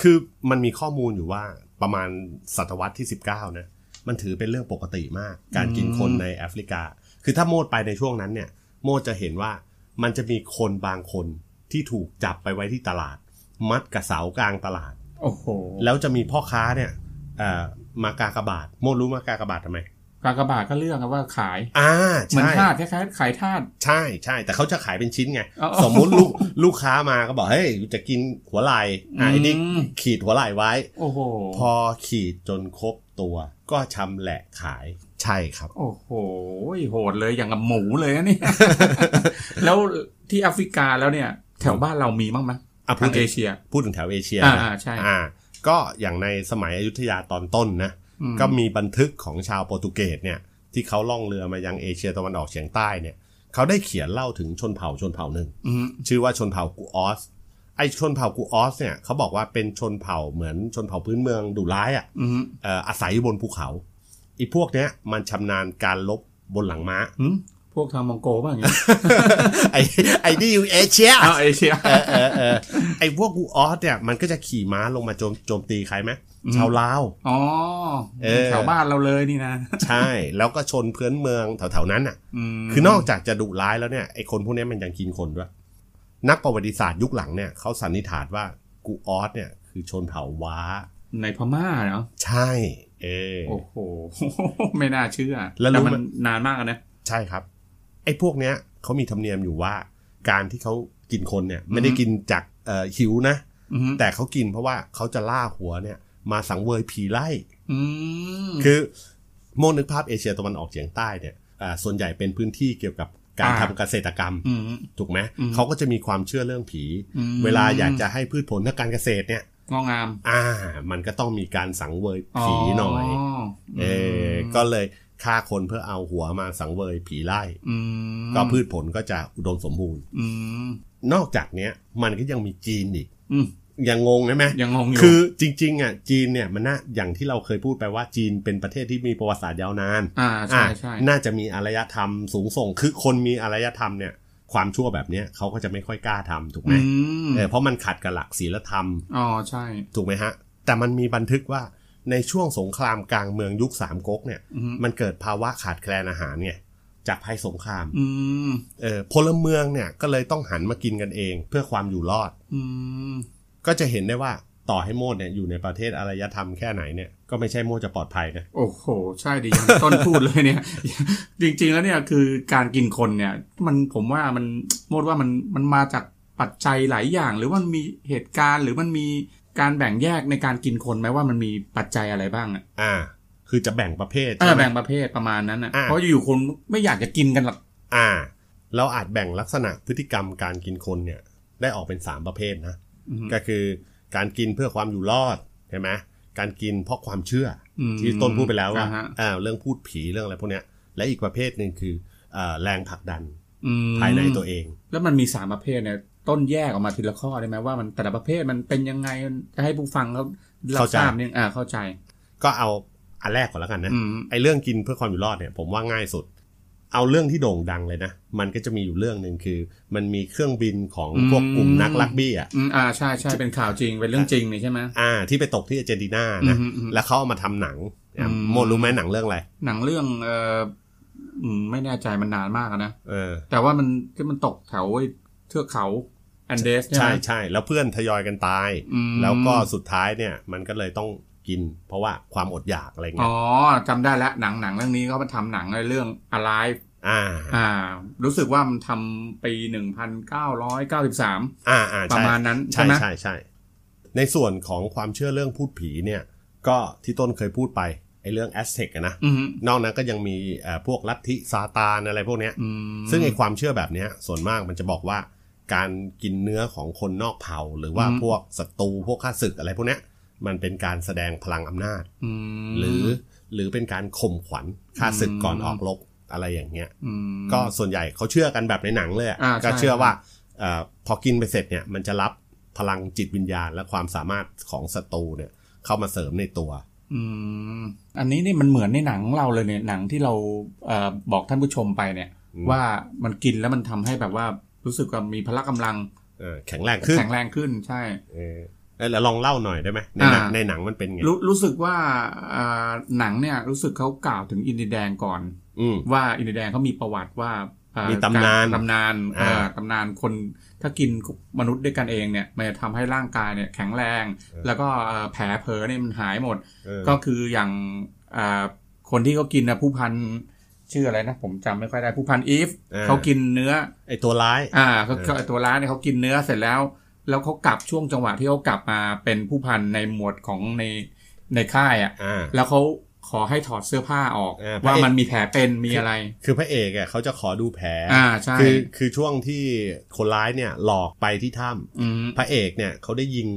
[SPEAKER 1] คือมันมีข้อมูลอยู่ว่าประมาณศตวรรษที่ 19นะมันถือเป็นเรื่องปกติมาก การกินคนในแอฟริกา คือถ้าโมดไปในช่วงนั้นเนี่ย โมดจะเห็นว่ามันจะมีคนบางคนที่ถูกจับไปไว้ที่ตลาด มัดกับเสากลางตลาด
[SPEAKER 2] โอ้โห
[SPEAKER 1] แล้วจะมีพ่อค้าเนี่ยเอ่อมากากบาท โมดรู้มากากบาททำไม
[SPEAKER 2] กากบาทก็เลือกนะว่าขาย
[SPEAKER 1] อ่า
[SPEAKER 2] เหมือน
[SPEAKER 1] ใช่
[SPEAKER 2] ทาสคล้ายๆขายทาส
[SPEAKER 1] ใช่ใช่แต่เขาจะขายเป็นชิ้นไง
[SPEAKER 2] อ๋อ
[SPEAKER 1] สมมุติลูกลูกค้ามาก็บอกเฮ้ยจะกินหัวไหล่อ่ะไอ้นี่
[SPEAKER 2] ม
[SPEAKER 1] ขีดหัวไหล่ไว้
[SPEAKER 2] โอ้โห
[SPEAKER 1] พอขีดจนครบตัวก็ชำแหละขายใช่ครับ
[SPEAKER 2] โอ้โหโหดเลยอย่างกับหมูเลยนะ เนี่ย แล้วที่แอฟริกาแล้วเนี่ย แถวบ้านเรามีบ้างไหม
[SPEAKER 1] อ่ะพูด
[SPEAKER 2] ทาง
[SPEAKER 1] ถึ
[SPEAKER 2] เอง เชีย
[SPEAKER 1] พูดถึงแถวเอเชีย
[SPEAKER 2] อ่า
[SPEAKER 1] นะ
[SPEAKER 2] อ่าใช่
[SPEAKER 1] อ่า ก็อย่างในสมัยอยุธยาตอนต้นนะ
[SPEAKER 2] อืม
[SPEAKER 1] ก็มีบันทึกของชาวโปรตุเกสเนี่ย ที่เขาล่องเรือมายังเอเชียตะวันออกเฉียงใต้เนี่ย เขาได้เขียนเล่าถึงชนเผ่าชนเผ่าหนึ่ง
[SPEAKER 2] อืม
[SPEAKER 1] ชื่อว่าชนเผ่ากูออส ไอชนเผ่ากูออสเนี่ยเขาบอกว่าเป็นชนเผ่าเหมือนชนเผ่าพื้นเมืองดุร้ายอ่ะ
[SPEAKER 2] อืม
[SPEAKER 1] เอ่ออาศัยอยู่บนภูเขาอีพวกเนี้ยมันชำนาญการลบบนหลังม้า
[SPEAKER 2] อืมพวกทางมองโกบ้างอย่างเงี้ย
[SPEAKER 1] ไอไอนี่อยู่เอเชีย
[SPEAKER 2] อ้ าวเอเชีย
[SPEAKER 1] เออเออเออไอ้พวกกูออสเนี่ยมันก็จะขี่ม้าลงมาโจมโจมตีใครไหม
[SPEAKER 2] อืม
[SPEAKER 1] ชาวลาว
[SPEAKER 2] อ๋อ
[SPEAKER 1] เออ
[SPEAKER 2] แถวบ้านเราเลยนี่นะ
[SPEAKER 1] ใช่ แล้วก็ชนเพื่อนเมืองแถวๆนั้นอ่ะ
[SPEAKER 2] ม
[SPEAKER 1] คือนอกจากจะดุร้ายแล้วเนี่ยไอ้คนพวกเนี้ยมันยังกินคนด้วย นักประวัติศาสตร์ยุคหลังเนี่ยเขาสันนิษฐานว่ากูออสเนี่ยคือชนเผ่าว้า
[SPEAKER 2] ในพม่าเนาะ
[SPEAKER 1] ใช่ เออ
[SPEAKER 2] โอ้โห ไม่น่าเชื่อ
[SPEAKER 1] แล้วรู้
[SPEAKER 2] แต่มัน
[SPEAKER 1] ไหม
[SPEAKER 2] นานมากอะนะ
[SPEAKER 1] ใช่ครับ ไอ้พวกเนี้ยเขามีธรรมเนียมอยู่ว่า การที่เขากินคนเนี่ยไม่ได้กินจากเอ่อหิวนะ
[SPEAKER 2] อืม
[SPEAKER 1] แต่เขากินเพราะว่าเขาจะล่าหัวเนี่ยมาสังเวยผีไล่
[SPEAKER 2] อืม
[SPEAKER 1] คือโมนึกภาพเอเชียตะวันออกเฉียงใต้เนี่ยอ่าส่วนใหญ่เป็นพื้นที่เกี่ยวกับการทำ
[SPEAKER 2] อ่า
[SPEAKER 1] เกษตรกรรม
[SPEAKER 2] อืม
[SPEAKER 1] ถูกไหม
[SPEAKER 2] อืม
[SPEAKER 1] เขาก็จะมีความเชื่อเรื่องผี
[SPEAKER 2] อืม
[SPEAKER 1] เวลาอยากจะให้พืชผลทางการเกษตรเนี่ย
[SPEAKER 2] งอกงาม
[SPEAKER 1] อ่า มันก็ต้องมีการสังเวยผีหน่อยเออก็เลยฆ่าคนเพื่อเอาหัวมาสังเวยผีไล่
[SPEAKER 2] อืม
[SPEAKER 1] ก็พืชผลก็จะอุดมสมบูรณ์
[SPEAKER 2] อืม
[SPEAKER 1] นอกจากเนี้ยมันก็ยังมีจีนอีก
[SPEAKER 2] อืม
[SPEAKER 1] ยังงงใช่ไหม
[SPEAKER 2] ยังงงอยู่
[SPEAKER 1] คือจริงๆอ่ะจีนเนี่ยมันน่าอย่างที่เราเคยพูดไปว่าจีนเป็นประเทศที่มีประวัติศาสตร์ยาวนาน
[SPEAKER 2] อ่าใช่
[SPEAKER 1] อ่ะ
[SPEAKER 2] ใช่
[SPEAKER 1] น่าจะมีอารยธรรมสูงส่ง คือคนมีอารยธรรมเนี่ย ความชั่วแบบเนี้ยเขาก็จะไม่ค่อยกล้าทำถูกไหม
[SPEAKER 2] อืม
[SPEAKER 1] เออเพราะมันขัดกับหลักศีลธรรม
[SPEAKER 2] อ๋อใช่
[SPEAKER 1] ถูกไหมฮะ แต่มันมีบันทึกว่า ในช่วงสงครามกลางเมืองยุคสามก๊กเนี่ย
[SPEAKER 2] อืม
[SPEAKER 1] มันเกิดภาวะขาดแคลนอาหารไงจากภัยสงคราม
[SPEAKER 2] อืม
[SPEAKER 1] เออพลเมืองเนี่ยก็เลยต้องหันมากินกันเอง เพื่อความอยู่รอด
[SPEAKER 2] อืม
[SPEAKER 1] ก็จะเห็นได้ว่าต่อให้โมดเนี่ยอยู่ในประเทศอารยธรรมแค่ไหนเนี่ยก็ไม่ใช่โมดจะปลอดภัยนะ
[SPEAKER 2] โอ้โห ใช่ดิยัง ต้นพูดเลยเนี่ย จริง ๆ แล้วเนี่ยคือการกินคนเนี่ย มันผมว่ามันโมดว่ามันมันมาจากปัจจัยหลายอย่าง หรือว่ามันมีเหตุการณ์ หรือมันมีการแบ่งแยกในการกินคนไหมว่ามันมีปัจจัยอะไรบ้างอะ
[SPEAKER 1] อ่า คือจะแบ่งประเภท
[SPEAKER 2] เอ
[SPEAKER 1] ใช่
[SPEAKER 2] อ
[SPEAKER 1] ไหม
[SPEAKER 2] แบ่งประเภทประมาณนั้นอ่ะ
[SPEAKER 1] อ่ะ
[SPEAKER 2] เพราะอยู่ๆคนไม่อยากจะกินกันหรอก
[SPEAKER 1] อ่า เราอาจแบ่งลักษณะพฤติกรรมการกินคนเนี่ยได้ออกเป็น 3 ประเภทนะ
[SPEAKER 2] อืม
[SPEAKER 1] ก็คือการกินเพื่อความอยู่รอดใช่ไหมการกินเพราะความเชื่อ
[SPEAKER 2] อืม
[SPEAKER 1] ที่ต้นพูดไปแล้วว่า
[SPEAKER 2] อ่ฮะ
[SPEAKER 1] อ่าเรื่องพูดผีเรื่องอะไรพวกเนี้ยและอีกประเภทหนึ่งคืออ่าแรงผลักดัน
[SPEAKER 2] อืม
[SPEAKER 1] ภายในตัวเอง
[SPEAKER 2] แล้วมันมีสามประเภทเนี่ย ต้นแยกออกมาทีละข้อได้ไหมว่ามันแต่ละประเภทมันเป็นยังไงมันจะให้ผู้ฟังเขารับทราบเนี่ยอ่าเข้าใจ
[SPEAKER 1] ก็เอาอันแรกก่อนแล้วกันนะ
[SPEAKER 2] อืม
[SPEAKER 1] ไอ้เรื่องกินเพื่อความอยู่รอดเนี่ยผมว่าง่ายสุด เอาเรื่องที่โด่งดังเลยนะ มันก็จะมีอยู่เรื่องหนึ่งคือ มันมีเครื่องบินของพวกกลุ่มนักลักบี้อ่ะ
[SPEAKER 2] อืมอ่าใช่ใช่เป็นข่าวจริงเป็นเรื่องจริงนี่ใช่ไหม
[SPEAKER 1] อ่า ที่ไปตกที่อาร์เจนตินานะ
[SPEAKER 2] อืมอืม
[SPEAKER 1] แล้วเขาเอามาทำหนังนะ
[SPEAKER 2] อืม
[SPEAKER 1] โมรู้ไหมหนังเรื่องอะไร
[SPEAKER 2] หนังเรื่องเอออืมไม่แน่ใจมันนานมากอะนะ
[SPEAKER 1] เออ
[SPEAKER 2] แต่ว่ามันที่มันตกแถวไอ้เทือกเขาแอนเดสใช่
[SPEAKER 1] ใช่
[SPEAKER 2] ไหม
[SPEAKER 1] ใช่แล้วเพื่อนทยอยกันตาย
[SPEAKER 2] อืม
[SPEAKER 1] แล้วก็สุดท้ายเนี่ย มันก็เลยต้องกิน เพราะว่าความอดอยากอะไร
[SPEAKER 2] อ๋
[SPEAKER 1] เงี้
[SPEAKER 2] อยจำได้แล้วหนังหนังเรื่องนี้เขามาทำหนังในเรื่อง alive
[SPEAKER 1] อ่า
[SPEAKER 2] อ่า รู้สึกว่ามันทำปีหนึ่งพันเก้าร้อยเก้าสิบสาม
[SPEAKER 1] อ่าอ่า
[SPEAKER 2] ประ
[SPEAKER 1] ใช่
[SPEAKER 2] มาณนั้น
[SPEAKER 1] ใช่
[SPEAKER 2] ใช่ไหม
[SPEAKER 1] ใช่ใช่ ในส่วนของความเชื่อเรื่องพูดผีเนี่ย ก็ที่ต้นเคยพูดไปไอ้เรื่องแอสเท็กนะ
[SPEAKER 2] อืม
[SPEAKER 1] นอกนั้นก็ยังมีเอ่อพวกลัทธิซาตานอะไรพวกเนี้ย
[SPEAKER 2] อืม
[SPEAKER 1] ซึ่งไอความเชื่อแบบเนี้ยส่วนมากมันจะบอกว่า การกินเนื้อของคนนอกเผ่า หรือว่าพวกศัตรูพวกข้าศึกอะไรพวกเนี้ยมันเป็นการแสดงพลังอำนาจ
[SPEAKER 2] อืม
[SPEAKER 1] หรือหรือเป็นการข่มขวัญข้าศึกก่อนออกรบอะไรอย่างเงี้ย
[SPEAKER 2] อืม
[SPEAKER 1] ก็ส่วนใหญ่เขาเชื่อกันแบบในหนังเลยอะ
[SPEAKER 2] อ่าใช่
[SPEAKER 1] ก็เชื่อว่าเออพอกินไปเสร็จเนี่ยมันจะรับพลังจิตวิญญาณและความสามารถของศัตรูเนี่ยเข้ามาเสริมในตัว
[SPEAKER 2] อืมอันนี้นี่มันเหมือนในหนังเราเลยเนี่ยหนังที่เราเอ่อบอกท่านผู้ชมไปเนี่ย
[SPEAKER 1] อืม
[SPEAKER 2] ว่ามันกินแล้วมันทำให้แบบว่ารู้สึกว่ามีพละกำลัง
[SPEAKER 1] เออแข็งแรงขึ้น
[SPEAKER 2] แข็งแรงขึ้นใช่
[SPEAKER 1] เออเอ้ยแล้วลองเล่าหน่อยได้ไหมในหนัง
[SPEAKER 2] อ่า
[SPEAKER 1] ในหนังมันเป็นไง
[SPEAKER 2] รู้รู้สึกว่าอ่าหนังเนี่ยรู้สึกเขากล่าวถึงอินดีแดงก่อน
[SPEAKER 1] อืม
[SPEAKER 2] ว่าอินเดียแดงเขามีประวัติว่าเอ่อ
[SPEAKER 1] มีตำนาน
[SPEAKER 2] กรตำนาน
[SPEAKER 1] อ่า
[SPEAKER 2] เอ่อตำนานคนถ้ากินมนุษย์ด้วยกันเองเนี่ยมันจะทำให้ร่างกายเนี่ยแข็งแรง
[SPEAKER 1] เออ
[SPEAKER 2] แล้วก็เอ่อแผลเผลอเนี่ยมันหายหมด
[SPEAKER 1] เออ
[SPEAKER 2] ก็คืออย่างอ่าคนที่เขากินนะผู้พันชื่ออะไรนะ ผมจำไม่ค่อยได้ผู้พันอีฟ
[SPEAKER 1] อ่า
[SPEAKER 2] เขากินเนื้อ
[SPEAKER 1] ไอตัวร้าย
[SPEAKER 2] อ่าเขา
[SPEAKER 1] เออ
[SPEAKER 2] ไอ้ตัวร้านเนี่ยเขากินเนื้อเสร็จแล้ว แล้วเขากลับช่วงจังหวะที่เขากลับมาเป็นผู้พันในหมวดของในในค่ายอ่ะ
[SPEAKER 1] อ่า
[SPEAKER 2] แล้วเขาขอให้ถอดเสื้อผ้าออก
[SPEAKER 1] เออ
[SPEAKER 2] ว่ามันมีแผลเป็นมีอะไร
[SPEAKER 1] คือพระเอกอ่ะเขาจะขอดูแผล
[SPEAKER 2] อ่าใช่
[SPEAKER 1] คือคือช่วงที่คนร้ายเนี่ยหลอกไปที่ถ้
[SPEAKER 2] ม
[SPEAKER 1] ำพระเอกเนี่ยเขาได้ยิง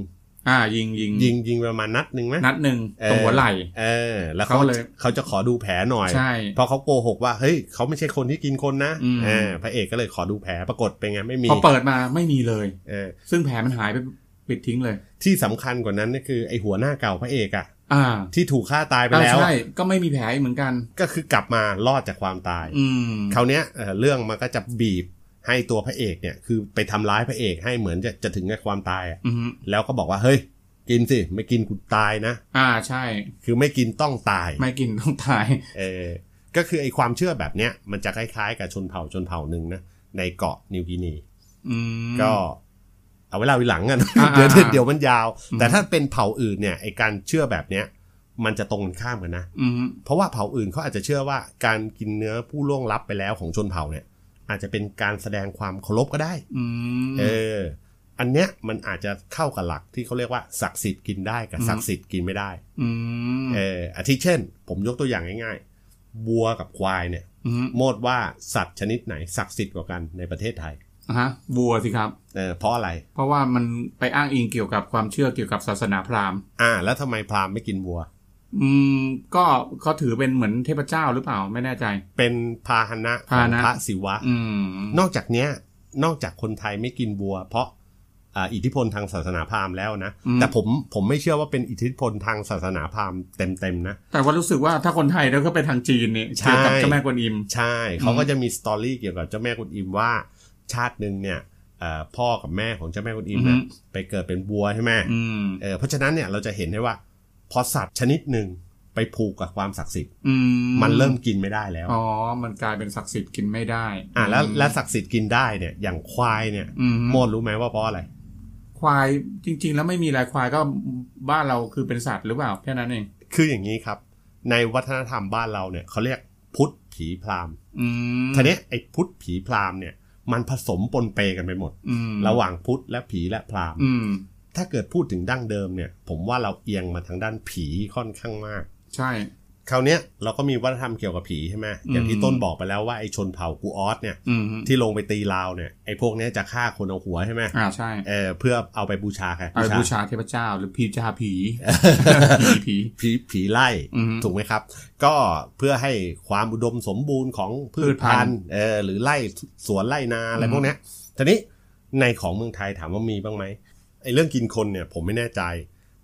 [SPEAKER 2] อ่ายิงยิง
[SPEAKER 1] ยิงยิงประมาณนัดหนึ่งไหม
[SPEAKER 2] นัดหนึ่ง
[SPEAKER 1] เออ
[SPEAKER 2] ตรงหัวไหล่
[SPEAKER 1] เออ แล้วเขา
[SPEAKER 2] เขาเลย
[SPEAKER 1] เขาจะขอดูแผลหน่อย
[SPEAKER 2] ใช่
[SPEAKER 1] เพราะเขาโกหกว่าเฮ้ยเขาไม่ใช่คนที่กินคนนะ
[SPEAKER 2] อืม
[SPEAKER 1] อ่าพระเอกก็เลยขอดูแผลปรากฏเป็นไงไม่มี
[SPEAKER 2] พอเปิดมาไม่มีเลย
[SPEAKER 1] เออ
[SPEAKER 2] ซึ่งแผลมันหายไปปิดทิ้งเลย
[SPEAKER 1] ที่สำคัญกว่านั้นก็คือไอหัวหน้าเก่าพระเอกอะ
[SPEAKER 2] อ่า
[SPEAKER 1] ที่ถูกฆ่าตายไป
[SPEAKER 2] อ่า
[SPEAKER 1] แล้ว
[SPEAKER 2] ใช่
[SPEAKER 1] อะ
[SPEAKER 2] ก็ไม่มีแผลอีกเหมือนกัน
[SPEAKER 1] ก็คือกลับมารอดจากความตาย
[SPEAKER 2] อืม
[SPEAKER 1] คราวเนี้ยเอ่อเรื่องมันก็จะบีบให้ตัวพระเอกเนี่ยคือไปทำร้ายพระเอกให้เหมือนจะจะถึงกับความตายอะ
[SPEAKER 2] อืม
[SPEAKER 1] แล้วก็บอกว่าเฮ้ย กินสิไม่กินกูตายนะ
[SPEAKER 2] อ่าใช่
[SPEAKER 1] คือไม่กินต้องตาย
[SPEAKER 2] ไม่กินต้องตาย
[SPEAKER 1] เออก็คือไอความเชื่อแบบเนี้ยมันจะคล้ายๆ กับชนเผ่าชนเผ่าหนึ่งนะในเกาะนิวกินี
[SPEAKER 2] อืม
[SPEAKER 1] ก็เอาไว้เล่าทีหลังกัน
[SPEAKER 2] อ่า
[SPEAKER 1] เดี๋ยวเดี๋
[SPEAKER 2] อ่า
[SPEAKER 1] ยว
[SPEAKER 2] อ่า
[SPEAKER 1] เดี๋ยวมันยาว แต่ถ้าเป็นเผ่าอื่นเนี่ยไอการเชื่อแบบเนี้ยมันจะตรงกันข้ามกันนะ
[SPEAKER 2] อืม
[SPEAKER 1] เพราะว่าเผ่าอื่นเขาอาจจะเชื่อว่าการกินเนื้อผู้ล่วงลับไปแล้วของชนเผ่าเนี่ย อาจจะเป็นการแสดงความเคารพก็ได้
[SPEAKER 2] อืม
[SPEAKER 1] เออ อันเนี้ยมันอาจจะเข้ากับหลักที่เขาเรียกว่าศักดิ์สิทธิ์กินได้กับ
[SPEAKER 2] อืม
[SPEAKER 1] ศักดิ์สิทธิ์กินไม่ได้
[SPEAKER 2] อืม
[SPEAKER 1] เอออาทิเช่น ผมยกตัวอย่างง่ายๆบัวกับควายเนี่ย
[SPEAKER 2] อืม
[SPEAKER 1] โมดว่าสัตว์ชนิดไหนศักดิ์สิทธิ์กว่ากันในประเทศไทย
[SPEAKER 2] อ่ะฮะบัวสิครับ
[SPEAKER 1] เออเพราะอะไร
[SPEAKER 2] เพราะว่ามันไปอ้างอิงเกี่ยวกับความเชื่อเกี่ยวกับศาสนาพราหมณ์
[SPEAKER 1] อ่า แล้วทำไมพราหมณ์ไม่กินวัว
[SPEAKER 2] อืม ก็เขาถือเป็นเหมือนเทพเจ้าหรือเปล่าไม่แน่ใจ
[SPEAKER 1] เป็นพาหนะข
[SPEAKER 2] พา
[SPEAKER 1] อง
[SPEAKER 2] หนะ
[SPEAKER 1] พระศิวะ
[SPEAKER 2] อืม
[SPEAKER 1] นอกจากเนี้ย นอกจากคนไทยไม่กินบัว เพราะอ่าอิทธิพลทางศาสนาพราหมณ์แล้วนะ
[SPEAKER 2] อืม
[SPEAKER 1] แต่ผมผมไม่เชื่อว่าเป็นอิทธิพลทางศาสนาพราหมณ์เต็มๆนะ
[SPEAKER 2] แต่ว่ารู้สึกว่าถ้าคนไทยแล้วก็ไปทางจีนนี่
[SPEAKER 1] ใช่
[SPEAKER 2] เกี่ยวกับเจ้าแม่กวนอิม
[SPEAKER 1] ใช่เขาก็จะมีสตอรี่เกี่ยวกับเจ้าแม่กุนอิมว่า ชาติหนึ่งเนี่ยเอ่อพ่อกับแม่ของเจ้าแม่กุนอิมเนี่ย
[SPEAKER 2] อือฮึ
[SPEAKER 1] ไปเกิดเป็นบัวใช่ไหม
[SPEAKER 2] อืม
[SPEAKER 1] เออเพราะฉะนั้นเนี่ยเราจะเห็นได้ว่า พอสัตว์ชนิดหนึ่งไปผูกกับความศักดิ์สิทธิ์
[SPEAKER 2] อื
[SPEAKER 1] มันเริ่มกินไม่ได้แล้ว
[SPEAKER 2] อ๋อ มันกลายเป็นศักดิ์สิทธิ์กินไม่ได้
[SPEAKER 1] อ่ะแล้วและศักดิ์สิทธิ์กินได้เนี่ย อย่างควายเนี่ย
[SPEAKER 2] อืม
[SPEAKER 1] โมดรู้ไหมว่าเพราะอะไร
[SPEAKER 2] ควายจริง ๆ แล้วไม่มีอะไรควายก็บ้านเราคือเป็นสัตว์หรือเปล่าแค่นั้นเอง
[SPEAKER 1] คืออย่างนี้ครับ ในวัฒนธรรมบ้านเราเนี่ยเขาเรียกพุทธผีพราหมณ์
[SPEAKER 2] อืม
[SPEAKER 1] ทีเนี้ยไอ้พุทธผีพราหมณ์เนี่ย มันผสมปนเปกันไปหมด
[SPEAKER 2] อืม
[SPEAKER 1] ระหว่างพุทธและผีและพราหมณ์
[SPEAKER 2] อืม
[SPEAKER 1] ถ้าเกิดพูดถึงดั้งเดิมเนี่ย ผมว่าเราเอียงมาทางด้านผีค่อนข้างมาก
[SPEAKER 2] ใช่
[SPEAKER 1] คราวเนี้ยเราก็มีวัฒนธรรมเกี่ยวกับผีใช่ไหมอย่างที่ต้นบอกไปแล้วว่าไอ้ชนเผ่ากูออสเนี่ย
[SPEAKER 2] อืม
[SPEAKER 1] ที่ลงไปตีลาวเนี่ยไอ้พวกเนี้ยจะฆ่าคนเอาหัวใช่ไหม
[SPEAKER 2] อ่าใช่
[SPEAKER 1] เออเพื่อเอาไปบูชาใคร
[SPEAKER 2] เอาไปบูชาเทพเจ้าหรือพีจา ผีผีผี
[SPEAKER 1] ผีผีไล่
[SPEAKER 2] อืม
[SPEAKER 1] ถูกไหมครับ ก็เพื่อให้ความอุดมสมบูรณ์ของพืชพันธุ์เออหรือไล่สวนไล่นาอะไร
[SPEAKER 2] อืม
[SPEAKER 1] พวกเนี้ยทีนี้ในของเมืองไทยถามว่ามีบ้างไหมไอ้เรื่องกินคนเนี่ยผมไม่แน่ใจ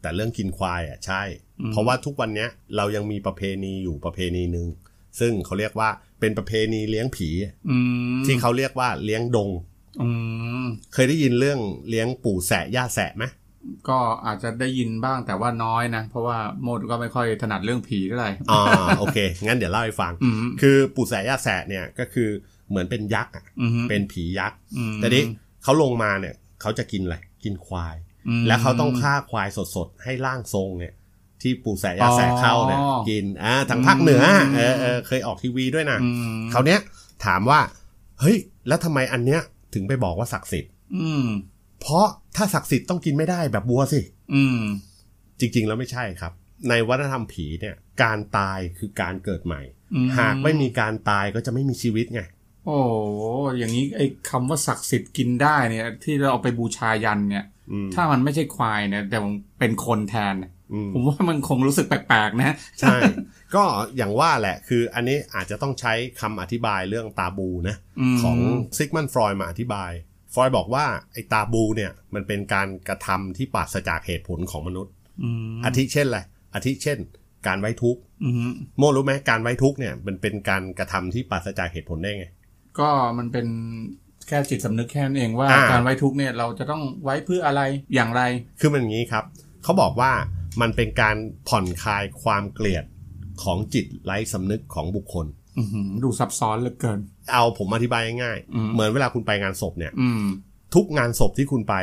[SPEAKER 1] แต่เรื่องกินควายอ่ะใช่ เพราะว่าทุกวันเนี้ยเรายังมีประเพณีอยู่ประเพณีหนึ่งซึ่งเขาเรียกว่าเป็นประเพณีเลี้ยงผี
[SPEAKER 2] อืม
[SPEAKER 1] ที่เขาเรียกว่าเลี้ยงดง
[SPEAKER 2] อืม
[SPEAKER 1] เคยได้ยินเรื่องเลี้ยงปู่แสะย่าแสะไหม
[SPEAKER 2] ก็อาจจะได้ยินบ้างแต่ว่าน้อยนะ เพราะว่าโมดก็ไม่ค่อยถนัดเรื่องผีเท่าไหร่
[SPEAKER 1] อ่า โอเค งั้นเดี๋ยวเล่าให้ฟัง
[SPEAKER 2] อืม
[SPEAKER 1] คือปู่แสะย่าแสะเนี่ยก็คือเหมือนเป็นยักษ์อะ
[SPEAKER 2] อืม
[SPEAKER 1] เป็นผียักษ์
[SPEAKER 2] อืม
[SPEAKER 1] แต่นี้เขาลงมาเนี่ยเขาจะกินอะไรกินควาย
[SPEAKER 2] อืม
[SPEAKER 1] แล้วเขาต้องฆ่าควายสดๆ ให้ร่างทรงเนี่ย ที่ปู่แสะย่าแสะเข้าเนี่ย
[SPEAKER 2] อ๋อ
[SPEAKER 1] กินอ่าทางภาคเหนือ
[SPEAKER 2] ม
[SPEAKER 1] เออเออเคยออกทีวีด้วยนะ
[SPEAKER 2] อืม
[SPEAKER 1] คราวเนี้ยถามว่า เฮ้ย แล้วทำไมอันเนี้ยถึงไปบอกว่าศักดิ์สิทธิ์
[SPEAKER 2] อืม
[SPEAKER 1] เพราะถ้าศักดิ์สิทธิ์ต้องกินไม่ได้แบบวัวสิ
[SPEAKER 2] อืม
[SPEAKER 1] จริงๆ แล้วไม่ใช่ครับ ในวัฒนธรรมผีเนี่ยการตายคือการเกิดใหม่
[SPEAKER 2] อื
[SPEAKER 1] หากไม่มีการตายก็จะไม่มีชีวิตไง
[SPEAKER 2] โอ้โหอย่างนี้ไอ้คำว่าศักดิ์สิทธิ์กินได้เนี่ย ที่เราเอาไปบูชายันเนี่ย
[SPEAKER 1] อืม
[SPEAKER 2] ถ้ามันไม่ใช่ควายเนี่ยแต่มันเป็นคนแทน
[SPEAKER 1] อืม
[SPEAKER 2] ผมว่ามันคงรู้สึกแปลกๆนะ
[SPEAKER 1] ใช่ ก็อย่างว่าแหละคืออันนี้อาจจะต้องใช้คำอธิบายเรื่องตาบูนะ
[SPEAKER 2] ม
[SPEAKER 1] ของซิกมันฟรอยมาอธิบาย ฟรอยบอกว่าไอ้ตาบูเนี่ยมันเป็นการกระทำที่ปราศจากเหตุผลของมนุษย์
[SPEAKER 2] อืม
[SPEAKER 1] อาทิเช่นอะไรอาทิเช่น การไว้ทุกข์
[SPEAKER 2] อืม
[SPEAKER 1] โมรู้ไหมการไว้ทุกข์เนี่ยมันเป็นการกระทำที่ปราศจากเหตุผลได้ไง
[SPEAKER 2] ก็มันเป็นแค่จิตสำนึกแค่นั้นเองว่า
[SPEAKER 1] อ่า
[SPEAKER 2] การไว้ทุกข์เนี่ยเราจะต้องไว้เพื่ออะไรอย่างไร
[SPEAKER 1] คือมันอย่างนี้ครับ เขาบอกว่ามันเป็นการผ่อนคลายความเกลียดของจิตไร้สำนึกของบุคคล
[SPEAKER 2] อื้อหือดูซับซ้อนเหลือเกิน
[SPEAKER 1] เอาผมอธิบายง่าย
[SPEAKER 2] อืม
[SPEAKER 1] ๆ เหมือนเวลาคุณไปงานศพเนี่ย
[SPEAKER 2] อืม
[SPEAKER 1] ทุกงานศพที่คุณไป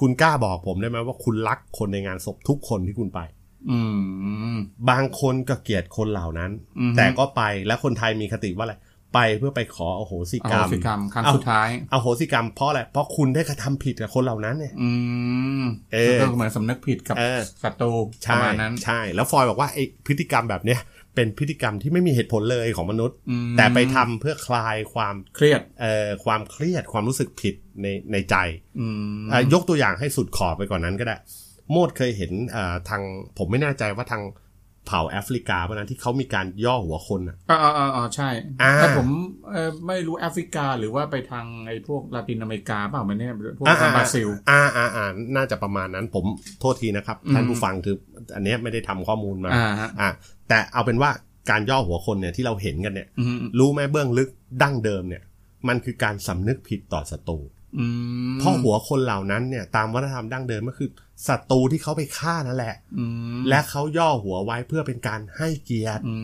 [SPEAKER 1] คุณกล้าบอกผมได้ไหมว่าคุณรักคนในงานศพทุกคนที่คุณไป
[SPEAKER 2] อืม
[SPEAKER 1] บางคนก็เกลียดคนเหล่านั้น
[SPEAKER 2] อืม
[SPEAKER 1] แต่ก็ไปและคนไทยมีคติว่าอะไร ไปเพื่อไปขออโหสิ
[SPEAKER 2] อก
[SPEAKER 1] รรม
[SPEAKER 2] โหสิกรรมครั้งสุดท้าย
[SPEAKER 1] อโหสิกรรมเพราะอะไรเพราะคุณได้กระทำผิดกับคนเหล่านั้นเนี่ย
[SPEAKER 2] อืม
[SPEAKER 1] เออ
[SPEAKER 2] ก็เหมือนสำนึกผิดกับ
[SPEAKER 1] เออ
[SPEAKER 2] ศัตรูป
[SPEAKER 1] ใช่
[SPEAKER 2] ระมาณนั้น
[SPEAKER 1] ใช่แล้วฟอยบอกว่าไอ้พฤติกรรมแบบเนี้ยเป็นพฤติกรรมที่ไม่มีเหตุผลเลยของมนุษย์
[SPEAKER 2] อืม
[SPEAKER 1] แต่ไปทำเพื่อคลายความ
[SPEAKER 2] เครียด
[SPEAKER 1] เอ่อความเครียดความรู้สึกผิดในในใจ
[SPEAKER 2] อืม
[SPEAKER 1] อ่ะยกตัวอย่างให้สุดขอบไปก่อนนั้นก็ได้ โมดเคยเห็นเอ่อทางผมไม่แน่ใจว่าทางเผ่าแอฟริกาวันนั้นที่เขามีการย่อหัวคนอ่ะ
[SPEAKER 2] อ่าอ่าอ่าใช่
[SPEAKER 1] อ่า
[SPEAKER 2] แต่ผมเอ่อไม่รู้แอฟริกาหรือว่าไปทางไอ้พวกลาตินอเมริกาเปล่ามันเนี่ยพวกทางบราซิล
[SPEAKER 1] อ่าอ่าอ่าน่าจะประมาณนั้นผมโทษทีนะครับ
[SPEAKER 2] อืม
[SPEAKER 1] ท่านผู้ฟังคืออันเนี้ยไม่ได้ทำข้อมูลมา
[SPEAKER 2] อ่าฮะ
[SPEAKER 1] อ่ะแต่เอาเป็นว่าการย่อหัวคนเนี่ยที่เราเห็นกันเนี่ย
[SPEAKER 2] อืม
[SPEAKER 1] รู้ไหมเบื้องลึกดั้งเดิมเนี่ย มันคือการสำนึกผิดต่อศัตรู
[SPEAKER 2] อืม
[SPEAKER 1] เพราะหัวคนเหล่านั้นเนี่ยตามวัฒนธรรมดั้งเดิมก็คือศัตรูที่เขาไปฆ่านั่นแหละ
[SPEAKER 2] อืม
[SPEAKER 1] และเขาย่อหัวไว้เพื่อเป็นการให้เกียรติ
[SPEAKER 2] อื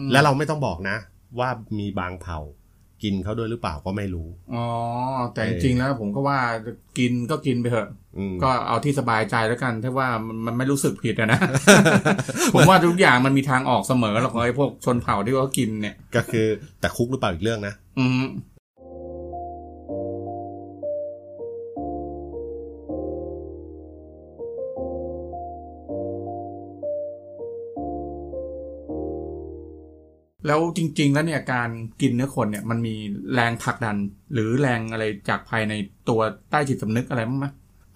[SPEAKER 2] ม
[SPEAKER 1] และเราไม่ต้องบอกนะ ว่ามีบางเผ่า กินเขาด้วยหรือเปล่าก็ไม่รู้
[SPEAKER 2] อ๋อแต่
[SPEAKER 1] เอ
[SPEAKER 2] จ
[SPEAKER 1] อ
[SPEAKER 2] ริงๆแล้วผมก็ว่ากินก็กินไปเถอะ
[SPEAKER 1] อืม
[SPEAKER 2] ก็เอาที่สบายใจแล้วกันถ้าว่ามันมันไม่รู้สึกผิดอะนะ ผมว่าทุกอย่างมันมีทางออกเสมอหรอกไอ้พวกชนเผ่าที่เขากินเนี่ย
[SPEAKER 1] ก็คือแต่คุกหรือเปล่าอีกเรื่องนะ
[SPEAKER 2] อืมแล้วจริง ๆ แล้วเนี่ยการกินเนื้อคนเนี่ย มันมีแรงผลักดัน หรือแรงอะไรจากภายในตัวใต้จิตสำนึกอะไรบ้างไหม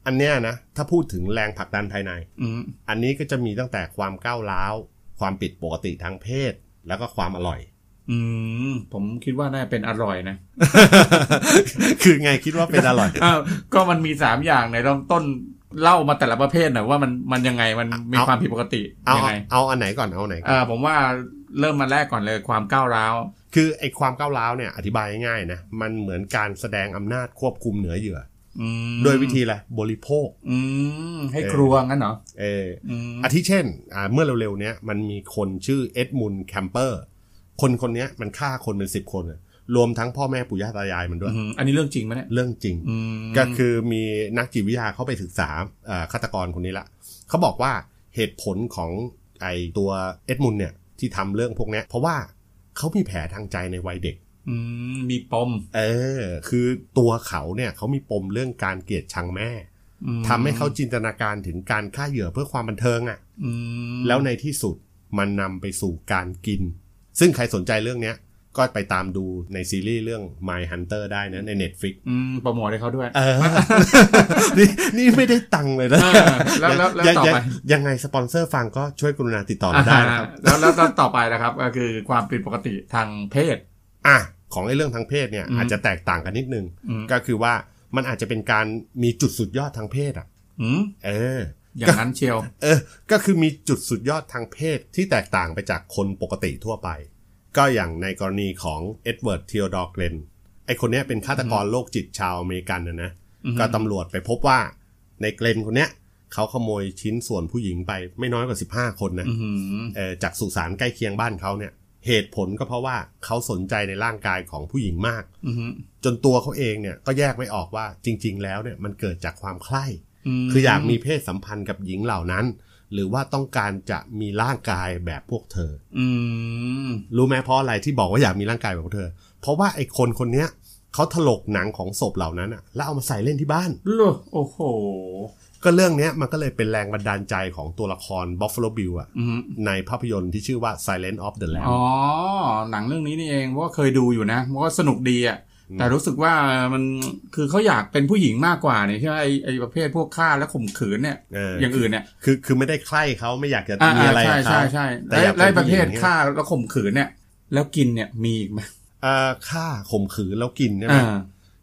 [SPEAKER 1] อันเนี้ยนะถ้าพูดถึงแรงผลักดันภายใน
[SPEAKER 2] อืม
[SPEAKER 1] อันนี้ก็จะมีตั้งแต่ความก้าวร้าว ความผิดปกติทางเพศ แล้วก็ความอร่อย
[SPEAKER 2] อืมผมคิดว่าน่าจะเป็นอร่อยนะ
[SPEAKER 1] คือไงคิดว่าเป็นอร่อย
[SPEAKER 2] อ้าวก็มันมีสามอย่างในเริ่มต้นเล่ามาแต่ละประเภทหน่อยว่ามันมันยังไงมันมี
[SPEAKER 1] เอา
[SPEAKER 2] ความผิดปกติ
[SPEAKER 1] เอา
[SPEAKER 2] ยังไง
[SPEAKER 1] เอาอันไหนก่อนเอาอันไหนก่อน
[SPEAKER 2] เออผมว่าเริ่มมาแรกก่อนเลยความก้าวร้าว
[SPEAKER 1] คือไอ้ความก้าวร้าวเนี่ยอธิบายง่ายๆนะมันเหมือนการแสดงอำนาจควบคุมเหนือเหยื่อ
[SPEAKER 2] อืม
[SPEAKER 1] ด้วยวิธีอะไรบริโภค
[SPEAKER 2] อืมให้ครัวงั้นเหรอ
[SPEAKER 1] เออ
[SPEAKER 2] อืม
[SPEAKER 1] อาทิเช่นอ่าเมื่อเร็วๆเนี้ยมันมีคนชื่อเอ็ดมุนแคมเปอร์ คนคนเนี้ยมันฆ่าคนเป็นสิบคนอะรวมทั้งพ่อแม่ปู่ย่าตายายมันด้วย
[SPEAKER 2] อืมอันนี้เรื่องจริงไหมเนี่ย
[SPEAKER 1] เรื่องจริง
[SPEAKER 2] อืม
[SPEAKER 1] ก็คือมีนักจิตวิทยาเข้าไปศึกษาเอ่อฆาตกรคนนี้ละเขาบอกว่าเหตุผลของไอตัวเอ็ดมุนเนี่ยที่ทำเรื่องพวกเนี้ยเพราะว่าเขามีแผลทางใจในวัยเด็ก
[SPEAKER 2] มมีปม
[SPEAKER 1] เออ คือตัวเขาเนี่ยเขามีปมเรื่องการเกลียดชังแม่
[SPEAKER 2] อืม
[SPEAKER 1] ทำให้เขาจินตนาการถึงการฆ่าเหยื่อเพื่อความบันเทิงอะ่ะ
[SPEAKER 2] อืม
[SPEAKER 1] แล้วในที่สุดมันนำไปสู่การกิน ซึ่งใครสนใจเรื่องเนี้ยก็ไปตามดูในซีรีส์เรื่อง My Hunter ได้นะใน Netflix
[SPEAKER 2] อืมโปรโมทให้เขาด้วย
[SPEAKER 1] เออ นี่นี่ไม่ได้ตังค์เลยนะ
[SPEAKER 2] เออแล้วแล้วแล้ว
[SPEAKER 1] ยัง
[SPEAKER 2] ต่อไป
[SPEAKER 1] ยังยังไงสปอนเซอร์ฟังก็ช่วยกรุณาติดต่อมาได้นะครับ
[SPEAKER 2] อ่าฮะแล้วแล้วต่อไปนะครับก็คือความผิดปกติทางเพศ
[SPEAKER 1] อ่ะ ของไอ้เรื่องทางเพศเนี่ย
[SPEAKER 2] อืม
[SPEAKER 1] อาจจะแตกต่างกันนิดนึง
[SPEAKER 2] อืม
[SPEAKER 1] ก็คือว่ามันอาจจะเป็นการมีจุดสุดยอดทางเพศอ่ะ
[SPEAKER 2] อืม
[SPEAKER 1] เออ
[SPEAKER 2] อย่างนั้นเชียว
[SPEAKER 1] เออ ก็คือมีจุดสุดยอดทางเพศที่แตกต่างไปจากคนปกติทั่วไป ก็อย่างในกรณีของเอ็ดเวิร์ดเทียดอร์เกรนไอคนเนี้ยเป็นฆาตกรโรคจิตชาวอเมริกันนะนะ
[SPEAKER 2] อืม
[SPEAKER 1] ก็ตำรวจไปพบว่าในเกรนคนเนี้ยเขาขโมยชิ้นส่วนผู้หญิงไปไม่น้อยกว่า 15 คนนะ
[SPEAKER 2] อื้อหือ
[SPEAKER 1] เอ่อจากสุสานใกล้เคียงบ้านเขาเนี่ยเหตุผลก็เพราะว่าเขาสนใจในร่างกายของผู้หญิงมาก
[SPEAKER 2] อื้อหือ
[SPEAKER 1] จนตัวเขาเองเนี่ยก็แยกไม่ออกว่าจริง ๆ แล้วเนี่ยมันเกิดจากความใคร่
[SPEAKER 2] ม
[SPEAKER 1] คืออยากมีเพศสัมพันธ์กับหญิงเหล่านั้น หรือว่าต้องการจะมีร่างกายแบบพวกเธอ
[SPEAKER 2] อืม
[SPEAKER 1] รู้ไหมเพราะอะไรที่บอกว่าอยากมีร่างกายแบบพวกเธอ เพราะว่าไอ้คนคนเนี้ยเขาถลกหนังของศพเหล่านั้นอะแล้วเอามาใส่เล่นที่บ้าน
[SPEAKER 2] โล่โอ้โห
[SPEAKER 1] ก็เรื่องเนี้ยมันก็เลยเป็นแรงบันดาลใจของตัวละคร Buffalo Bill อะ
[SPEAKER 2] อือหือ
[SPEAKER 1] ในภาพยนตร์ที่ชื่อว่า Silent of the Lambs
[SPEAKER 2] อ๋อ หนังเรื่องนี้นี่เองเพราะว่าเคยดูอยู่นะเพราะว่าสนุกดีอ่ะแต่รู้สึกว่ามันคือเขาอยากเป็นผู้หญิงมากกว่าเนี่ยใช่ไหมไอไอประเภทพวกฆ่าและข่มขืนเนี่ย
[SPEAKER 1] เอออ
[SPEAKER 2] อย่างอื่นเนี่ย
[SPEAKER 1] คือคือไม่ได้ใคร่เขาไม่อยากจะ
[SPEAKER 2] อ่า
[SPEAKER 1] มีอะไร
[SPEAKER 2] ใช่
[SPEAKER 1] กับ
[SPEAKER 2] ใช่
[SPEAKER 1] เขา
[SPEAKER 2] ใช่
[SPEAKER 1] แต่อยากเป็น
[SPEAKER 2] และประเภท
[SPEAKER 1] ผู้หญิง
[SPEAKER 2] ฆ่าและข่มขืนเนี่ย แล้วกินเนี่ยมีอีกไหม
[SPEAKER 1] เอ่อฆ่าข่มขืนแล้วกินใช่ไหม
[SPEAKER 2] อ่า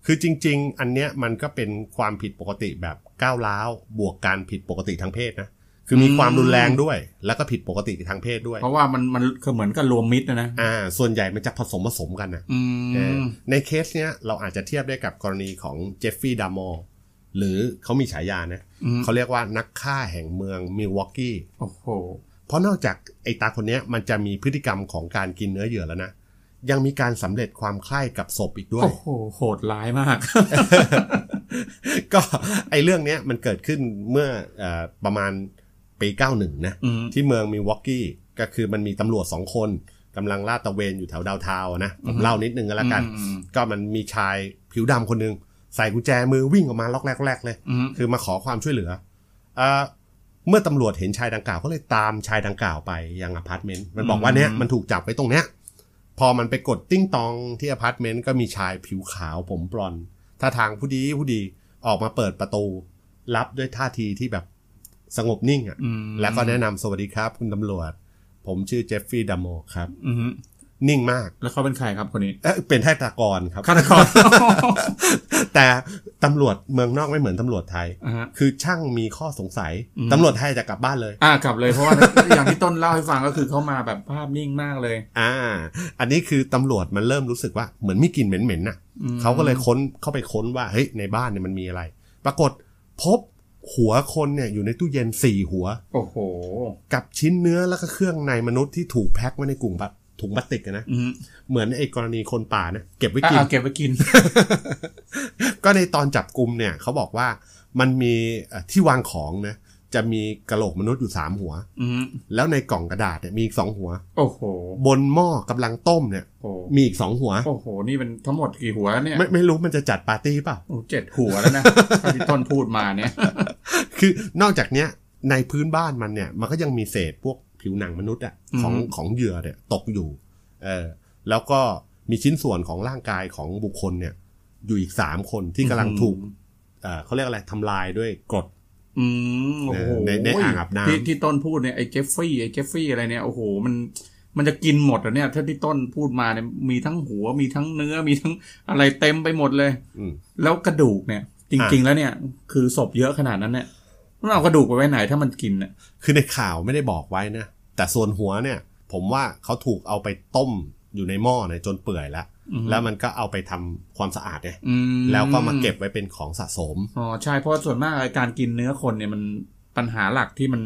[SPEAKER 1] คือจริง ๆ อันเนี้ยมันก็เป็นความผิดปกติแบบก้าวร้าวบวกการผิดปกติทางเพศนะคือมี
[SPEAKER 2] อืม
[SPEAKER 1] ความรุนแรงด้วย แล้วก็ผิดปกติทางเพศด้วย
[SPEAKER 2] เพราะว่ามันมันคือเหมือนกับรวมมิตรนะนะ
[SPEAKER 1] อ่าส่วนใหญ่มันจะผสมผสมกันนะ
[SPEAKER 2] อื
[SPEAKER 1] เออ
[SPEAKER 2] ม
[SPEAKER 1] ในเคสเนี้ยเราอาจจะเทียบได้กับกรณีของเจฟฟี่ดามอร์หรือเขามีฉายานะ
[SPEAKER 2] อืม
[SPEAKER 1] เขาเรียกว่านักฆ่าแห่งเมืองมิลวอกกี้
[SPEAKER 2] โอ้โห
[SPEAKER 1] เพราะนอกจากไอ้ตาคนเนี้ยมันจะมีพฤติกรรมของการกินเนื้อเหยื่อแล้วนะ ยังมีการสำเร็จความใคร่กับศพอีกด้วย
[SPEAKER 2] โอ้ โห โหดร้ายมาก
[SPEAKER 1] ก็ไอ้เรื่องเนี้ยมันเกิดขึ้นเมื่อเออประมาณปี 91 นะ
[SPEAKER 2] อืม
[SPEAKER 1] ที่เมืองมิลวอกกี้ก็คือมันมีตำรวจสองคนกำลังลาดตระเวนอยู่แถวดาวน์ทาวน์อะนะผมเล่านิดนึงก็แล้วกัน
[SPEAKER 2] อืม
[SPEAKER 1] ก็มันมีชายผิวดำคนหนึง ใส่กุญแจมือวิ่งออกมาล็อกแรกแรกๆเลย
[SPEAKER 2] อืม
[SPEAKER 1] คือมาขอความช่วยเหลือเออเมื่อตำรวจเห็นชายดังกล่าวก็เลยตามชายดังกล่าวไปยังอพาร์ตเมนต์ มันบอกว่าเนี่ยมันถูกจับไว้ตรงเนี้ย พอมันไปกดติ้งตองที่อพาร์ตเมนต์ก็มีชายผิวขาวผมบลอนด์ท่าทางผู้ดีผู้ดีออกมาเปิดประตู รับด้วยท่าทีที่แบบสงบนิ่งอะ่ะ
[SPEAKER 2] อืม
[SPEAKER 1] แล้วก็แนะนำสวัสดีครับ คุณตำรวจ ผมชื่อเจฟฟี่ดัมโมครับ
[SPEAKER 2] อืม
[SPEAKER 1] นิ่งมาก
[SPEAKER 2] แล้วเขาเป็นใครครับคนนี้
[SPEAKER 1] เอ๊ะเป็นแทตากรครับ
[SPEAKER 2] ฆาตกร
[SPEAKER 1] แต่ตำรวจเมืองนอกไม่เหมือนตำรวจไทย
[SPEAKER 2] อ่าฮะ
[SPEAKER 1] คือช่างมีข้อสงสัย
[SPEAKER 2] อืม
[SPEAKER 1] ตำรวจไทยจะกลับบ้านเลย
[SPEAKER 2] อ่ากลับเลยเพราะว่า อย่างที่ต้นเล่าให้ฟังก็คือเขามาแบบภาพนิ่งมากเลย
[SPEAKER 1] อ่า อันนี้คือตำรวจมันเริ่มรู้สึกว่าเหมือนมีกลิ่นเหม็นๆน่ะ
[SPEAKER 2] อืม
[SPEAKER 1] เขาก็เลยค้นเข้าไปค้นว่าเฮ้ยในบ้านเนี่ยมันมีอะไร ปรากฏพบหัวคนเนี่ยอยู่ในตู้เย็นสี่หัว
[SPEAKER 2] โอ้โห
[SPEAKER 1] กับชิ้นเนื้อแล้วก็เครื่องในมนุษย์ที่ถูกแพ็คไว้ในกลุ่มพลาถุงพลาสติกอะนะ
[SPEAKER 2] อืม
[SPEAKER 1] เหมือนไอ้กรณีคนป่านะเก็บไว้
[SPEAKER 2] อ่ะ
[SPEAKER 1] กิน
[SPEAKER 2] อ่ะเก็บไปกิน
[SPEAKER 1] ก็ในตอนจับกลุ่มเนี่ยเขาบอกว่ามันมีเอ่อที่วางของนะจะมีกระโหลกมนุษย์อยู่สามหัว
[SPEAKER 2] อืม
[SPEAKER 1] แล้วในกล่องกระดาษเนี่ยมีอีกสองหัว
[SPEAKER 2] โอ้โห
[SPEAKER 1] บนหม้อกำลังต้มเนี่ย
[SPEAKER 2] โอ้โห
[SPEAKER 1] มีอีกสองหัว
[SPEAKER 2] โอ้โห นี่เป็นทั้งหมดกี่หัวแล้วเนี่ย
[SPEAKER 1] ไม่ไม่รู้มันจะจัดปาร์ตี้เปล่า
[SPEAKER 2] โอ้เจ็ดหัวแล้วนะ เท่าที่ต้นพูดมาเนี่ย
[SPEAKER 1] คือนอกจากเนี้ยในพื้นบ้านมันเนี่ย มันก็ยังมีเศษพวกผิวหนังมนุษย์อะของ
[SPEAKER 2] อืม
[SPEAKER 1] ของเหยื่อเนี่ยตกอยู่เออแล้วก็มีชิ้นส่วนของร่างกายของบุคคลเนี่ย อยู่อีกสามคนที่กำลังถูกเอ่อเขาเรียกอะไรทำลายด้วยกรด
[SPEAKER 2] อืมโอ้โห
[SPEAKER 1] ในในอ่างอาบน้ำ
[SPEAKER 2] ที่ที่ต้นพูดเนี่ยไอ้เจฟฟี่ไอ้เจฟฟี่อะไรเนี่ยโอ้โหมันมันจะกินหมดอ่ะเนี่ยถ้าที่ต้นพูดมาเนี่ยมีทั้งหัวมีทั้งเนื้อมีทั้งอะไรเต็มไปหมดเลย
[SPEAKER 1] อืม
[SPEAKER 2] แล้วกระดูกเนี่ย จริง ๆ แล้วเนี่ย คือศพเยอะขนาดนั้นเนี่ยมันเอากระดูกไปไว้ไหนถ้ามันกินเนี่ย
[SPEAKER 1] คือในข่าวไม่ได้บอกไว้นะ แต่ส่วนหัวเนี่ย ผมว่าเขาถูกเอาไปต้มอยู่ในหม้อเนี่ยจนเปื่อยละ
[SPEAKER 2] อือฮึ
[SPEAKER 1] แล้วมันก็เอาไปทำความสะอาดไง
[SPEAKER 2] อืม
[SPEAKER 1] แล้วก็มาเก็บไว้เป็นของสะสม
[SPEAKER 2] อ๋อใช่เพราะส่วนมากไอ้การกินเนื้อคนเนี่ยมันปัญหาหลักที่มัน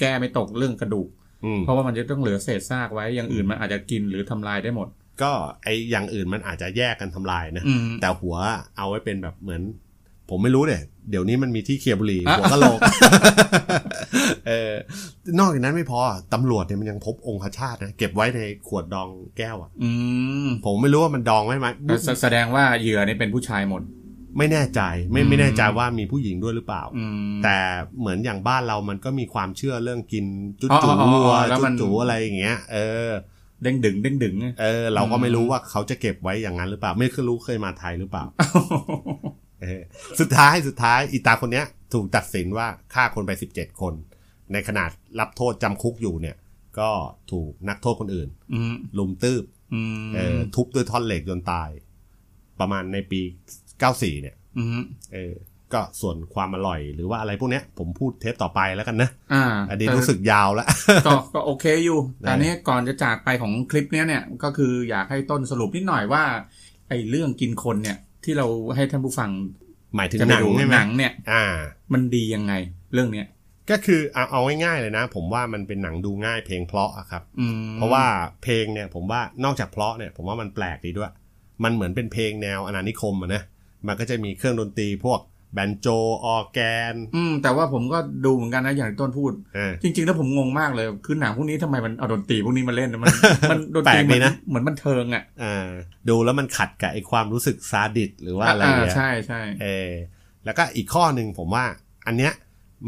[SPEAKER 2] แก้ไม่ตกเรื่องกระดูก
[SPEAKER 1] อืม
[SPEAKER 2] เพราะว่ามันจะต้องเหลือเศษซากไว้อย่างอื่นมันอาจจะกินหรือทำลายได้หมด
[SPEAKER 1] ก็ไออย่างอื่นมันอาจจะแยกกันทำลายนะ
[SPEAKER 2] อืม
[SPEAKER 1] แต่หัวเอาไว้เป็นแบบเหมือน ผมไม่รู้เนี่ยเดี๋ยวนี้มันมีที่เคลียร์บุหรี
[SPEAKER 2] อ่ะ
[SPEAKER 1] หัวกะโหล ก เออนอกจากนั้นไม่พอตำรวจเนี่ยมันยังพบองคชาตนะเก็บไว้ในขวดดองแก้วอ่ะ
[SPEAKER 2] อืม
[SPEAKER 1] ผมไม่รู้ว่ามันดองไว้ไหม
[SPEAKER 2] แต่แสแสดงว่าเหยื่อนี่เป็นผู้ชายหมด
[SPEAKER 1] ไม่แน่ใจไม่
[SPEAKER 2] อืม
[SPEAKER 1] ไม่แน่ใจว่ามีผู้หญิงด้วยหรือเปล่า
[SPEAKER 2] อืม
[SPEAKER 1] แต่เหมือนอย่างบ้านเรามันก็มีความเชื่อเรื่องกินจุ๊
[SPEAKER 2] อ๋ออ๋
[SPEAKER 1] จู
[SPEAKER 2] ออ๋อ
[SPEAKER 1] วัว
[SPEAKER 2] แล้ว
[SPEAKER 1] จุ๊
[SPEAKER 2] มัน
[SPEAKER 1] จูอะไรอย่างเงี้ย เออ
[SPEAKER 2] เด้งดึงเด้งดึง
[SPEAKER 1] เออ เราก็ไม่
[SPEAKER 2] อืม
[SPEAKER 1] รู้ว่าเขาจะเก็บไว้อย่างนั้นหรือเปล่า ไม่เคยรู้เคยมาไทยหรือเปล่า เออสุดท้ายสุดท้ายอีตาคนเนี้ย ถูกตัดสินว่าฆ่าคนไป 17 คน ในขนาดรับโทษจำคุกอยู่เนี่ย ก็ถูกนักโทษคนอื่น
[SPEAKER 2] อืม
[SPEAKER 1] ลุมตืบ
[SPEAKER 2] อืม
[SPEAKER 1] เออทุบด้วยท่อนเหล็กจนตาย ประมาณในปี 94 เนี่ย
[SPEAKER 2] อืม
[SPEAKER 1] เออก็ส่วนความอร่อยหรือว่าอะไรพวกเนี้ย ผมพูดเทปต่อไปแล้วกันนะ
[SPEAKER 2] อ่า
[SPEAKER 1] อันนี้รู้สึกยาวแล้ว
[SPEAKER 2] ก็ก็โอเคอยู่แต่อันนี้ก่อนจะจากไปของคลิปเนี้ยเนี่ยก็คืออยากให้ต้นสรุปนิดหน่อยว่าไอ้เรื่องกินคนเนี่ย ที่เราให้ท่านผู้ฟัง
[SPEAKER 1] หมายถึง
[SPEAKER 2] จะ
[SPEAKER 1] ห
[SPEAKER 2] ไป
[SPEAKER 1] นัง
[SPEAKER 2] ดู
[SPEAKER 1] ใช่ไหม
[SPEAKER 2] หนังเนี่ย
[SPEAKER 1] อ่า
[SPEAKER 2] มันดียังไง เรื่องเนี้ย
[SPEAKER 1] ก็คือเอาเอาง่ายๆเลยนะ ผมว่ามันเป็นหนังดูง่ายเพลงเพราะอะครับ
[SPEAKER 2] อืม
[SPEAKER 1] เพราะว่าเพลงเนี่ยผมว่านอกจากเพราะเนี่ยผมว่ามันแปลกดีด้วย มันเหมือนเป็นเพลงแนวอนานิคมอะนะมันก็จะมีเครื่องดนตรีพวกแบนโจออร์แกน
[SPEAKER 2] อืมแต่ว่าผมก็ดูเหมือนกันนะอย่างที่ต้นพูด
[SPEAKER 1] เออ
[SPEAKER 2] จริงๆแล้วผมงงมากเลยคือหนังพวกนี้ทำไมมันเอาดนตรีพวกนี้มาเล่นนะมัน มันดนตรี
[SPEAKER 1] แปลกดี
[SPEAKER 2] มัน
[SPEAKER 1] นะ
[SPEAKER 2] เหมือนบันเทิงอ่ะ
[SPEAKER 1] อ่าดูแล้วมันขัดกับไอความรู้สึกซาดิสหรือว่าอะไร
[SPEAKER 2] อ่า
[SPEAKER 1] เงี้ย
[SPEAKER 2] ใช่ใช่
[SPEAKER 1] เออแล้วก็อีกข้อหนึ่งผมว่าอันเนี้ย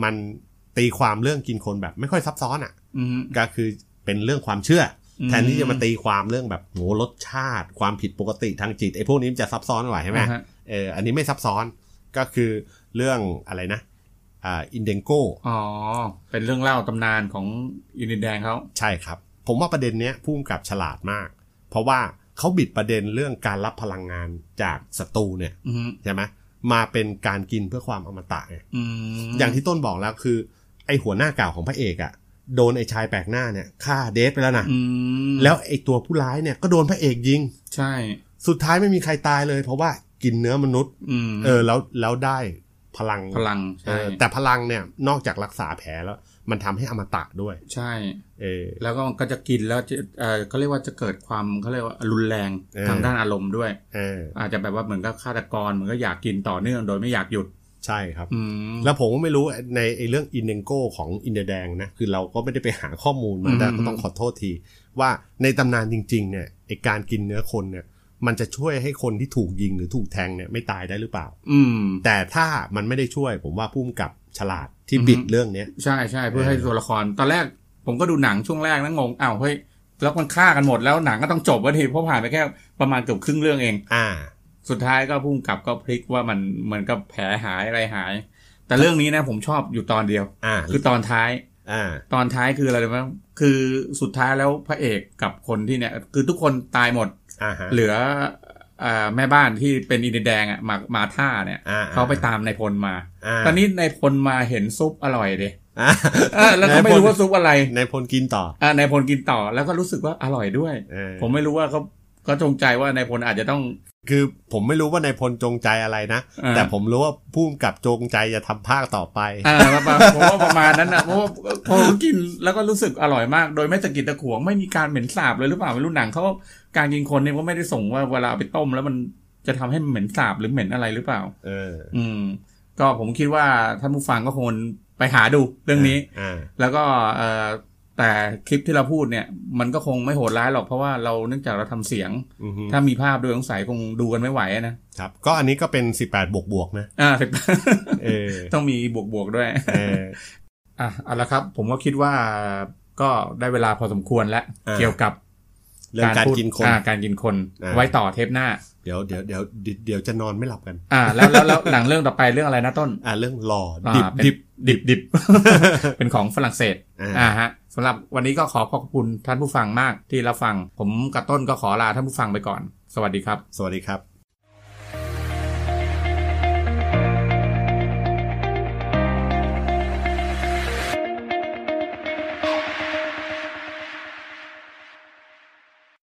[SPEAKER 1] มันตีความเรื่องกินคนแบบไม่ค่อยซับซ้อนอ่ะ
[SPEAKER 2] อืม
[SPEAKER 1] ก็คือเป็นเรื่องความเชื่ออ
[SPEAKER 2] ม
[SPEAKER 1] แทนที่จะมาตีความเรื่องแบบโหรสชาติ ความผิดปกติทางจิตไอ้พวกนี้มันจะซับซ้อนกว่าใช่ไหม
[SPEAKER 2] อ่าฮะ
[SPEAKER 1] เอออันนี้ไม่ซับซ้อนก็คือเรื่องอะไรนะอ่าอินเดงโก
[SPEAKER 2] อ๋อ เป็นเรื่องเล่าตำนานของอินเดียนแดงเขา
[SPEAKER 1] ใช่ครับ ผมว่าประเด็นเนี้ยพุ่มกับฉลาดมาก เพราะว่าเขาบิดประเด็นเรื่องการรับพลังงานจากศัตรูเนี่ย
[SPEAKER 2] อืม
[SPEAKER 1] ใช่ไหมมาเป็นการกินเพื่อความอมตะไง
[SPEAKER 2] อืม
[SPEAKER 1] อย่างที่ต้นบอกแล้วคือ ไอหัวหน้าเก่าของพระเอกอะโดนไอชายแปลกหน้าเนี่ยฆ่าเดทไปแล้วนะ
[SPEAKER 2] อืม
[SPEAKER 1] แล้วไอตัวผู้ร้ายเนี่ยก็โดนพระเอกยิง
[SPEAKER 2] ใช่
[SPEAKER 1] สุดท้ายไม่มีใครตายเลย เพราะว่ากินเนื้อมนุษย์
[SPEAKER 2] อืม
[SPEAKER 1] เออแล้วแล้วได้พลัง
[SPEAKER 2] พลัง
[SPEAKER 1] เอ
[SPEAKER 2] ใช่
[SPEAKER 1] อแต่พลังเนี่ยนอกจากรักษาแผลแล้ว มันทำให้อมตะด้วย
[SPEAKER 2] ใช่
[SPEAKER 1] เออ
[SPEAKER 2] แล้วก็มันก็จะกินแล้วจะเออเขาเรียกว่าจะเกิดความเขาเรียกว่ารุนแรง
[SPEAKER 1] เออ
[SPEAKER 2] ทางด้านอารมณ์ด้วย
[SPEAKER 1] เออ
[SPEAKER 2] อาจจะแบบว่าเหมือนกับฆาตกรเหมือนก็อยากกินต่อเนื่องโดยไม่อยากหยุด
[SPEAKER 1] ใช่ครับ
[SPEAKER 2] อืม
[SPEAKER 1] แล้วผมก็ไม่รู้ในไอ้เรื่องอินเดงโกของอินเดียแดงนะ คือเราก็ไม่ได้ไปหาข้อมูลมา
[SPEAKER 2] อืม
[SPEAKER 1] แต่ก็ต้องขอโทษที ว่าในตำนานจริง ๆ เนี่ยไอการกินเนื้อคนเนี่ย มันจะช่วยให้คนที่ถูกยิงหรือถูกแทงเนี่ยไม่ตายได้หรือเปล่า
[SPEAKER 2] อืม
[SPEAKER 1] แต่ถ้ามันไม่ได้ช่วย ผมว่าพุ่มกับฉลาดที่บิด
[SPEAKER 2] อือฮึ
[SPEAKER 1] เรื่องเนี้ย
[SPEAKER 2] ใช่ใช่เพื่อ
[SPEAKER 1] เออ
[SPEAKER 2] ให้ตัวละคร ตอนแรกผมก็ดูหนังช่วงแรกนะงงอ้าวเฮ้ยแล้วมันฆ่ากันหมดแล้วหนังก็ต้องจบวะทีเพราะผ่านไปแค่ประมาณเกือบครึ่งเรื่องเอง
[SPEAKER 1] อ่า
[SPEAKER 2] สุดท้ายก็พุ่งกลับก็พลิกว่ามันเหมือนกับแผลหายอะไรหาย แต่เรื่องนี้นะผมชอบอยู่ตอนเดียว
[SPEAKER 1] อ่า
[SPEAKER 2] คือตอนท้าย
[SPEAKER 1] อ่า
[SPEAKER 2] ตอนท้ายคืออะไรรู้ไหมคือสุดท้ายแล้วพระเอกกับคนที่เนี่ย คือทุกคนตายหมด
[SPEAKER 1] อ่าฮะ
[SPEAKER 2] เหลืออ่าแม่บ้านที่เป็นอินเดียแดงอ่ะมามาท่าเนี่ย
[SPEAKER 1] อ่
[SPEAKER 2] เขาไปตามนายพลมา
[SPEAKER 1] อ่า
[SPEAKER 2] ตอนนี้นายพลมาเห็นซุปอร่อยเลย
[SPEAKER 1] อ่า
[SPEAKER 2] แล้วก็ไม่รู้ว่าซุปอะไร
[SPEAKER 1] ในพลกินต่อ
[SPEAKER 2] อ่านายพลกินต่อแล้วก็รู้สึกว่าอร่อยด้วย
[SPEAKER 1] เออ
[SPEAKER 2] ผมไม่รู้ว่าเขาเขาจงใจว่านายพลอาจจะต้อง
[SPEAKER 1] คือผมไม่รู้ว่านายพลจงใจอะไรนะ
[SPEAKER 2] อ่า
[SPEAKER 1] แต่ผมรู้ว่าผู้กำกับจงใจจะทำภาคต่อไป
[SPEAKER 2] อ่าประมาณผมว่าประมาณนั้นนะเพราะว่าพอกินแล้วก็รู้สึกอร่อยมาก โดยไม่ตะกิดตะขวงไม่มีการเหม็นสาบเลยหรือเปล่าไม่รู้หนังเขาการกินคนเนี่ยก็ไม่ได้ส่งว่าเวลาเอาไปต้ม แล้วมันจะทำให้มันเหม็นสาบหรือเหม็นอะไรหรือเปล่า
[SPEAKER 1] เออ
[SPEAKER 2] อืม ก็ผมคิดว่าท่านผู้ฟังก็คงไปหาดูเรื่องนี้
[SPEAKER 1] อ่า
[SPEAKER 2] แล้วก็เอ่อแต่คลิปที่เราพูดเนี่ย มันก็คงไม่โหดร้ายหรอกเพราะว่าเราเนื่องจากเราทำเสียง
[SPEAKER 1] อือฮึ
[SPEAKER 2] ถ้ามีภาพด้วยสงสัยคงดูกันไม่ไหวอะนะครับ
[SPEAKER 1] ก็อันนี้ก็เป็น 18 บวกบวกๆนะ
[SPEAKER 2] อ่า
[SPEAKER 1] เออ
[SPEAKER 2] ต้องมีบวกบวกๆด้วย
[SPEAKER 1] เออ
[SPEAKER 2] อ่ะเอาละครับ ผมก็คิดว่าก็ได้เวลาพอสมควรแล้ว
[SPEAKER 1] อ่า
[SPEAKER 2] เกี่ยวกับ
[SPEAKER 1] เรื่องการ
[SPEAKER 2] พูด
[SPEAKER 1] กินคน
[SPEAKER 2] อ่าการกินคน
[SPEAKER 1] อ่า
[SPEAKER 2] ไว้ต่อเทปหน้า
[SPEAKER 1] เดี๋ยวเดี๋ยวเดี๋ยวเดี๋ยวจะนอนไม่หลับกัน
[SPEAKER 2] อ่า แล้วแล้วแล้วหนังเรื่องต่อไปเรื่องอะไรนะต้น
[SPEAKER 1] อ่าเรื่องหล่อ
[SPEAKER 2] อ่า
[SPEAKER 1] ดิบ
[SPEAKER 2] เป็น
[SPEAKER 1] ดิบ
[SPEAKER 2] ดิบดิ บ เป็นของฝรั่งเศส
[SPEAKER 1] อ่า
[SPEAKER 2] ฮะสำหรับวันนี้ก็ขอขอบคุณท่านผู้ฟังมากที่รับฟัง ผมกับต้นก็ขอลาท่านผู้ฟังไปก่อน สวัสดีครับ
[SPEAKER 1] สวัสดีครับ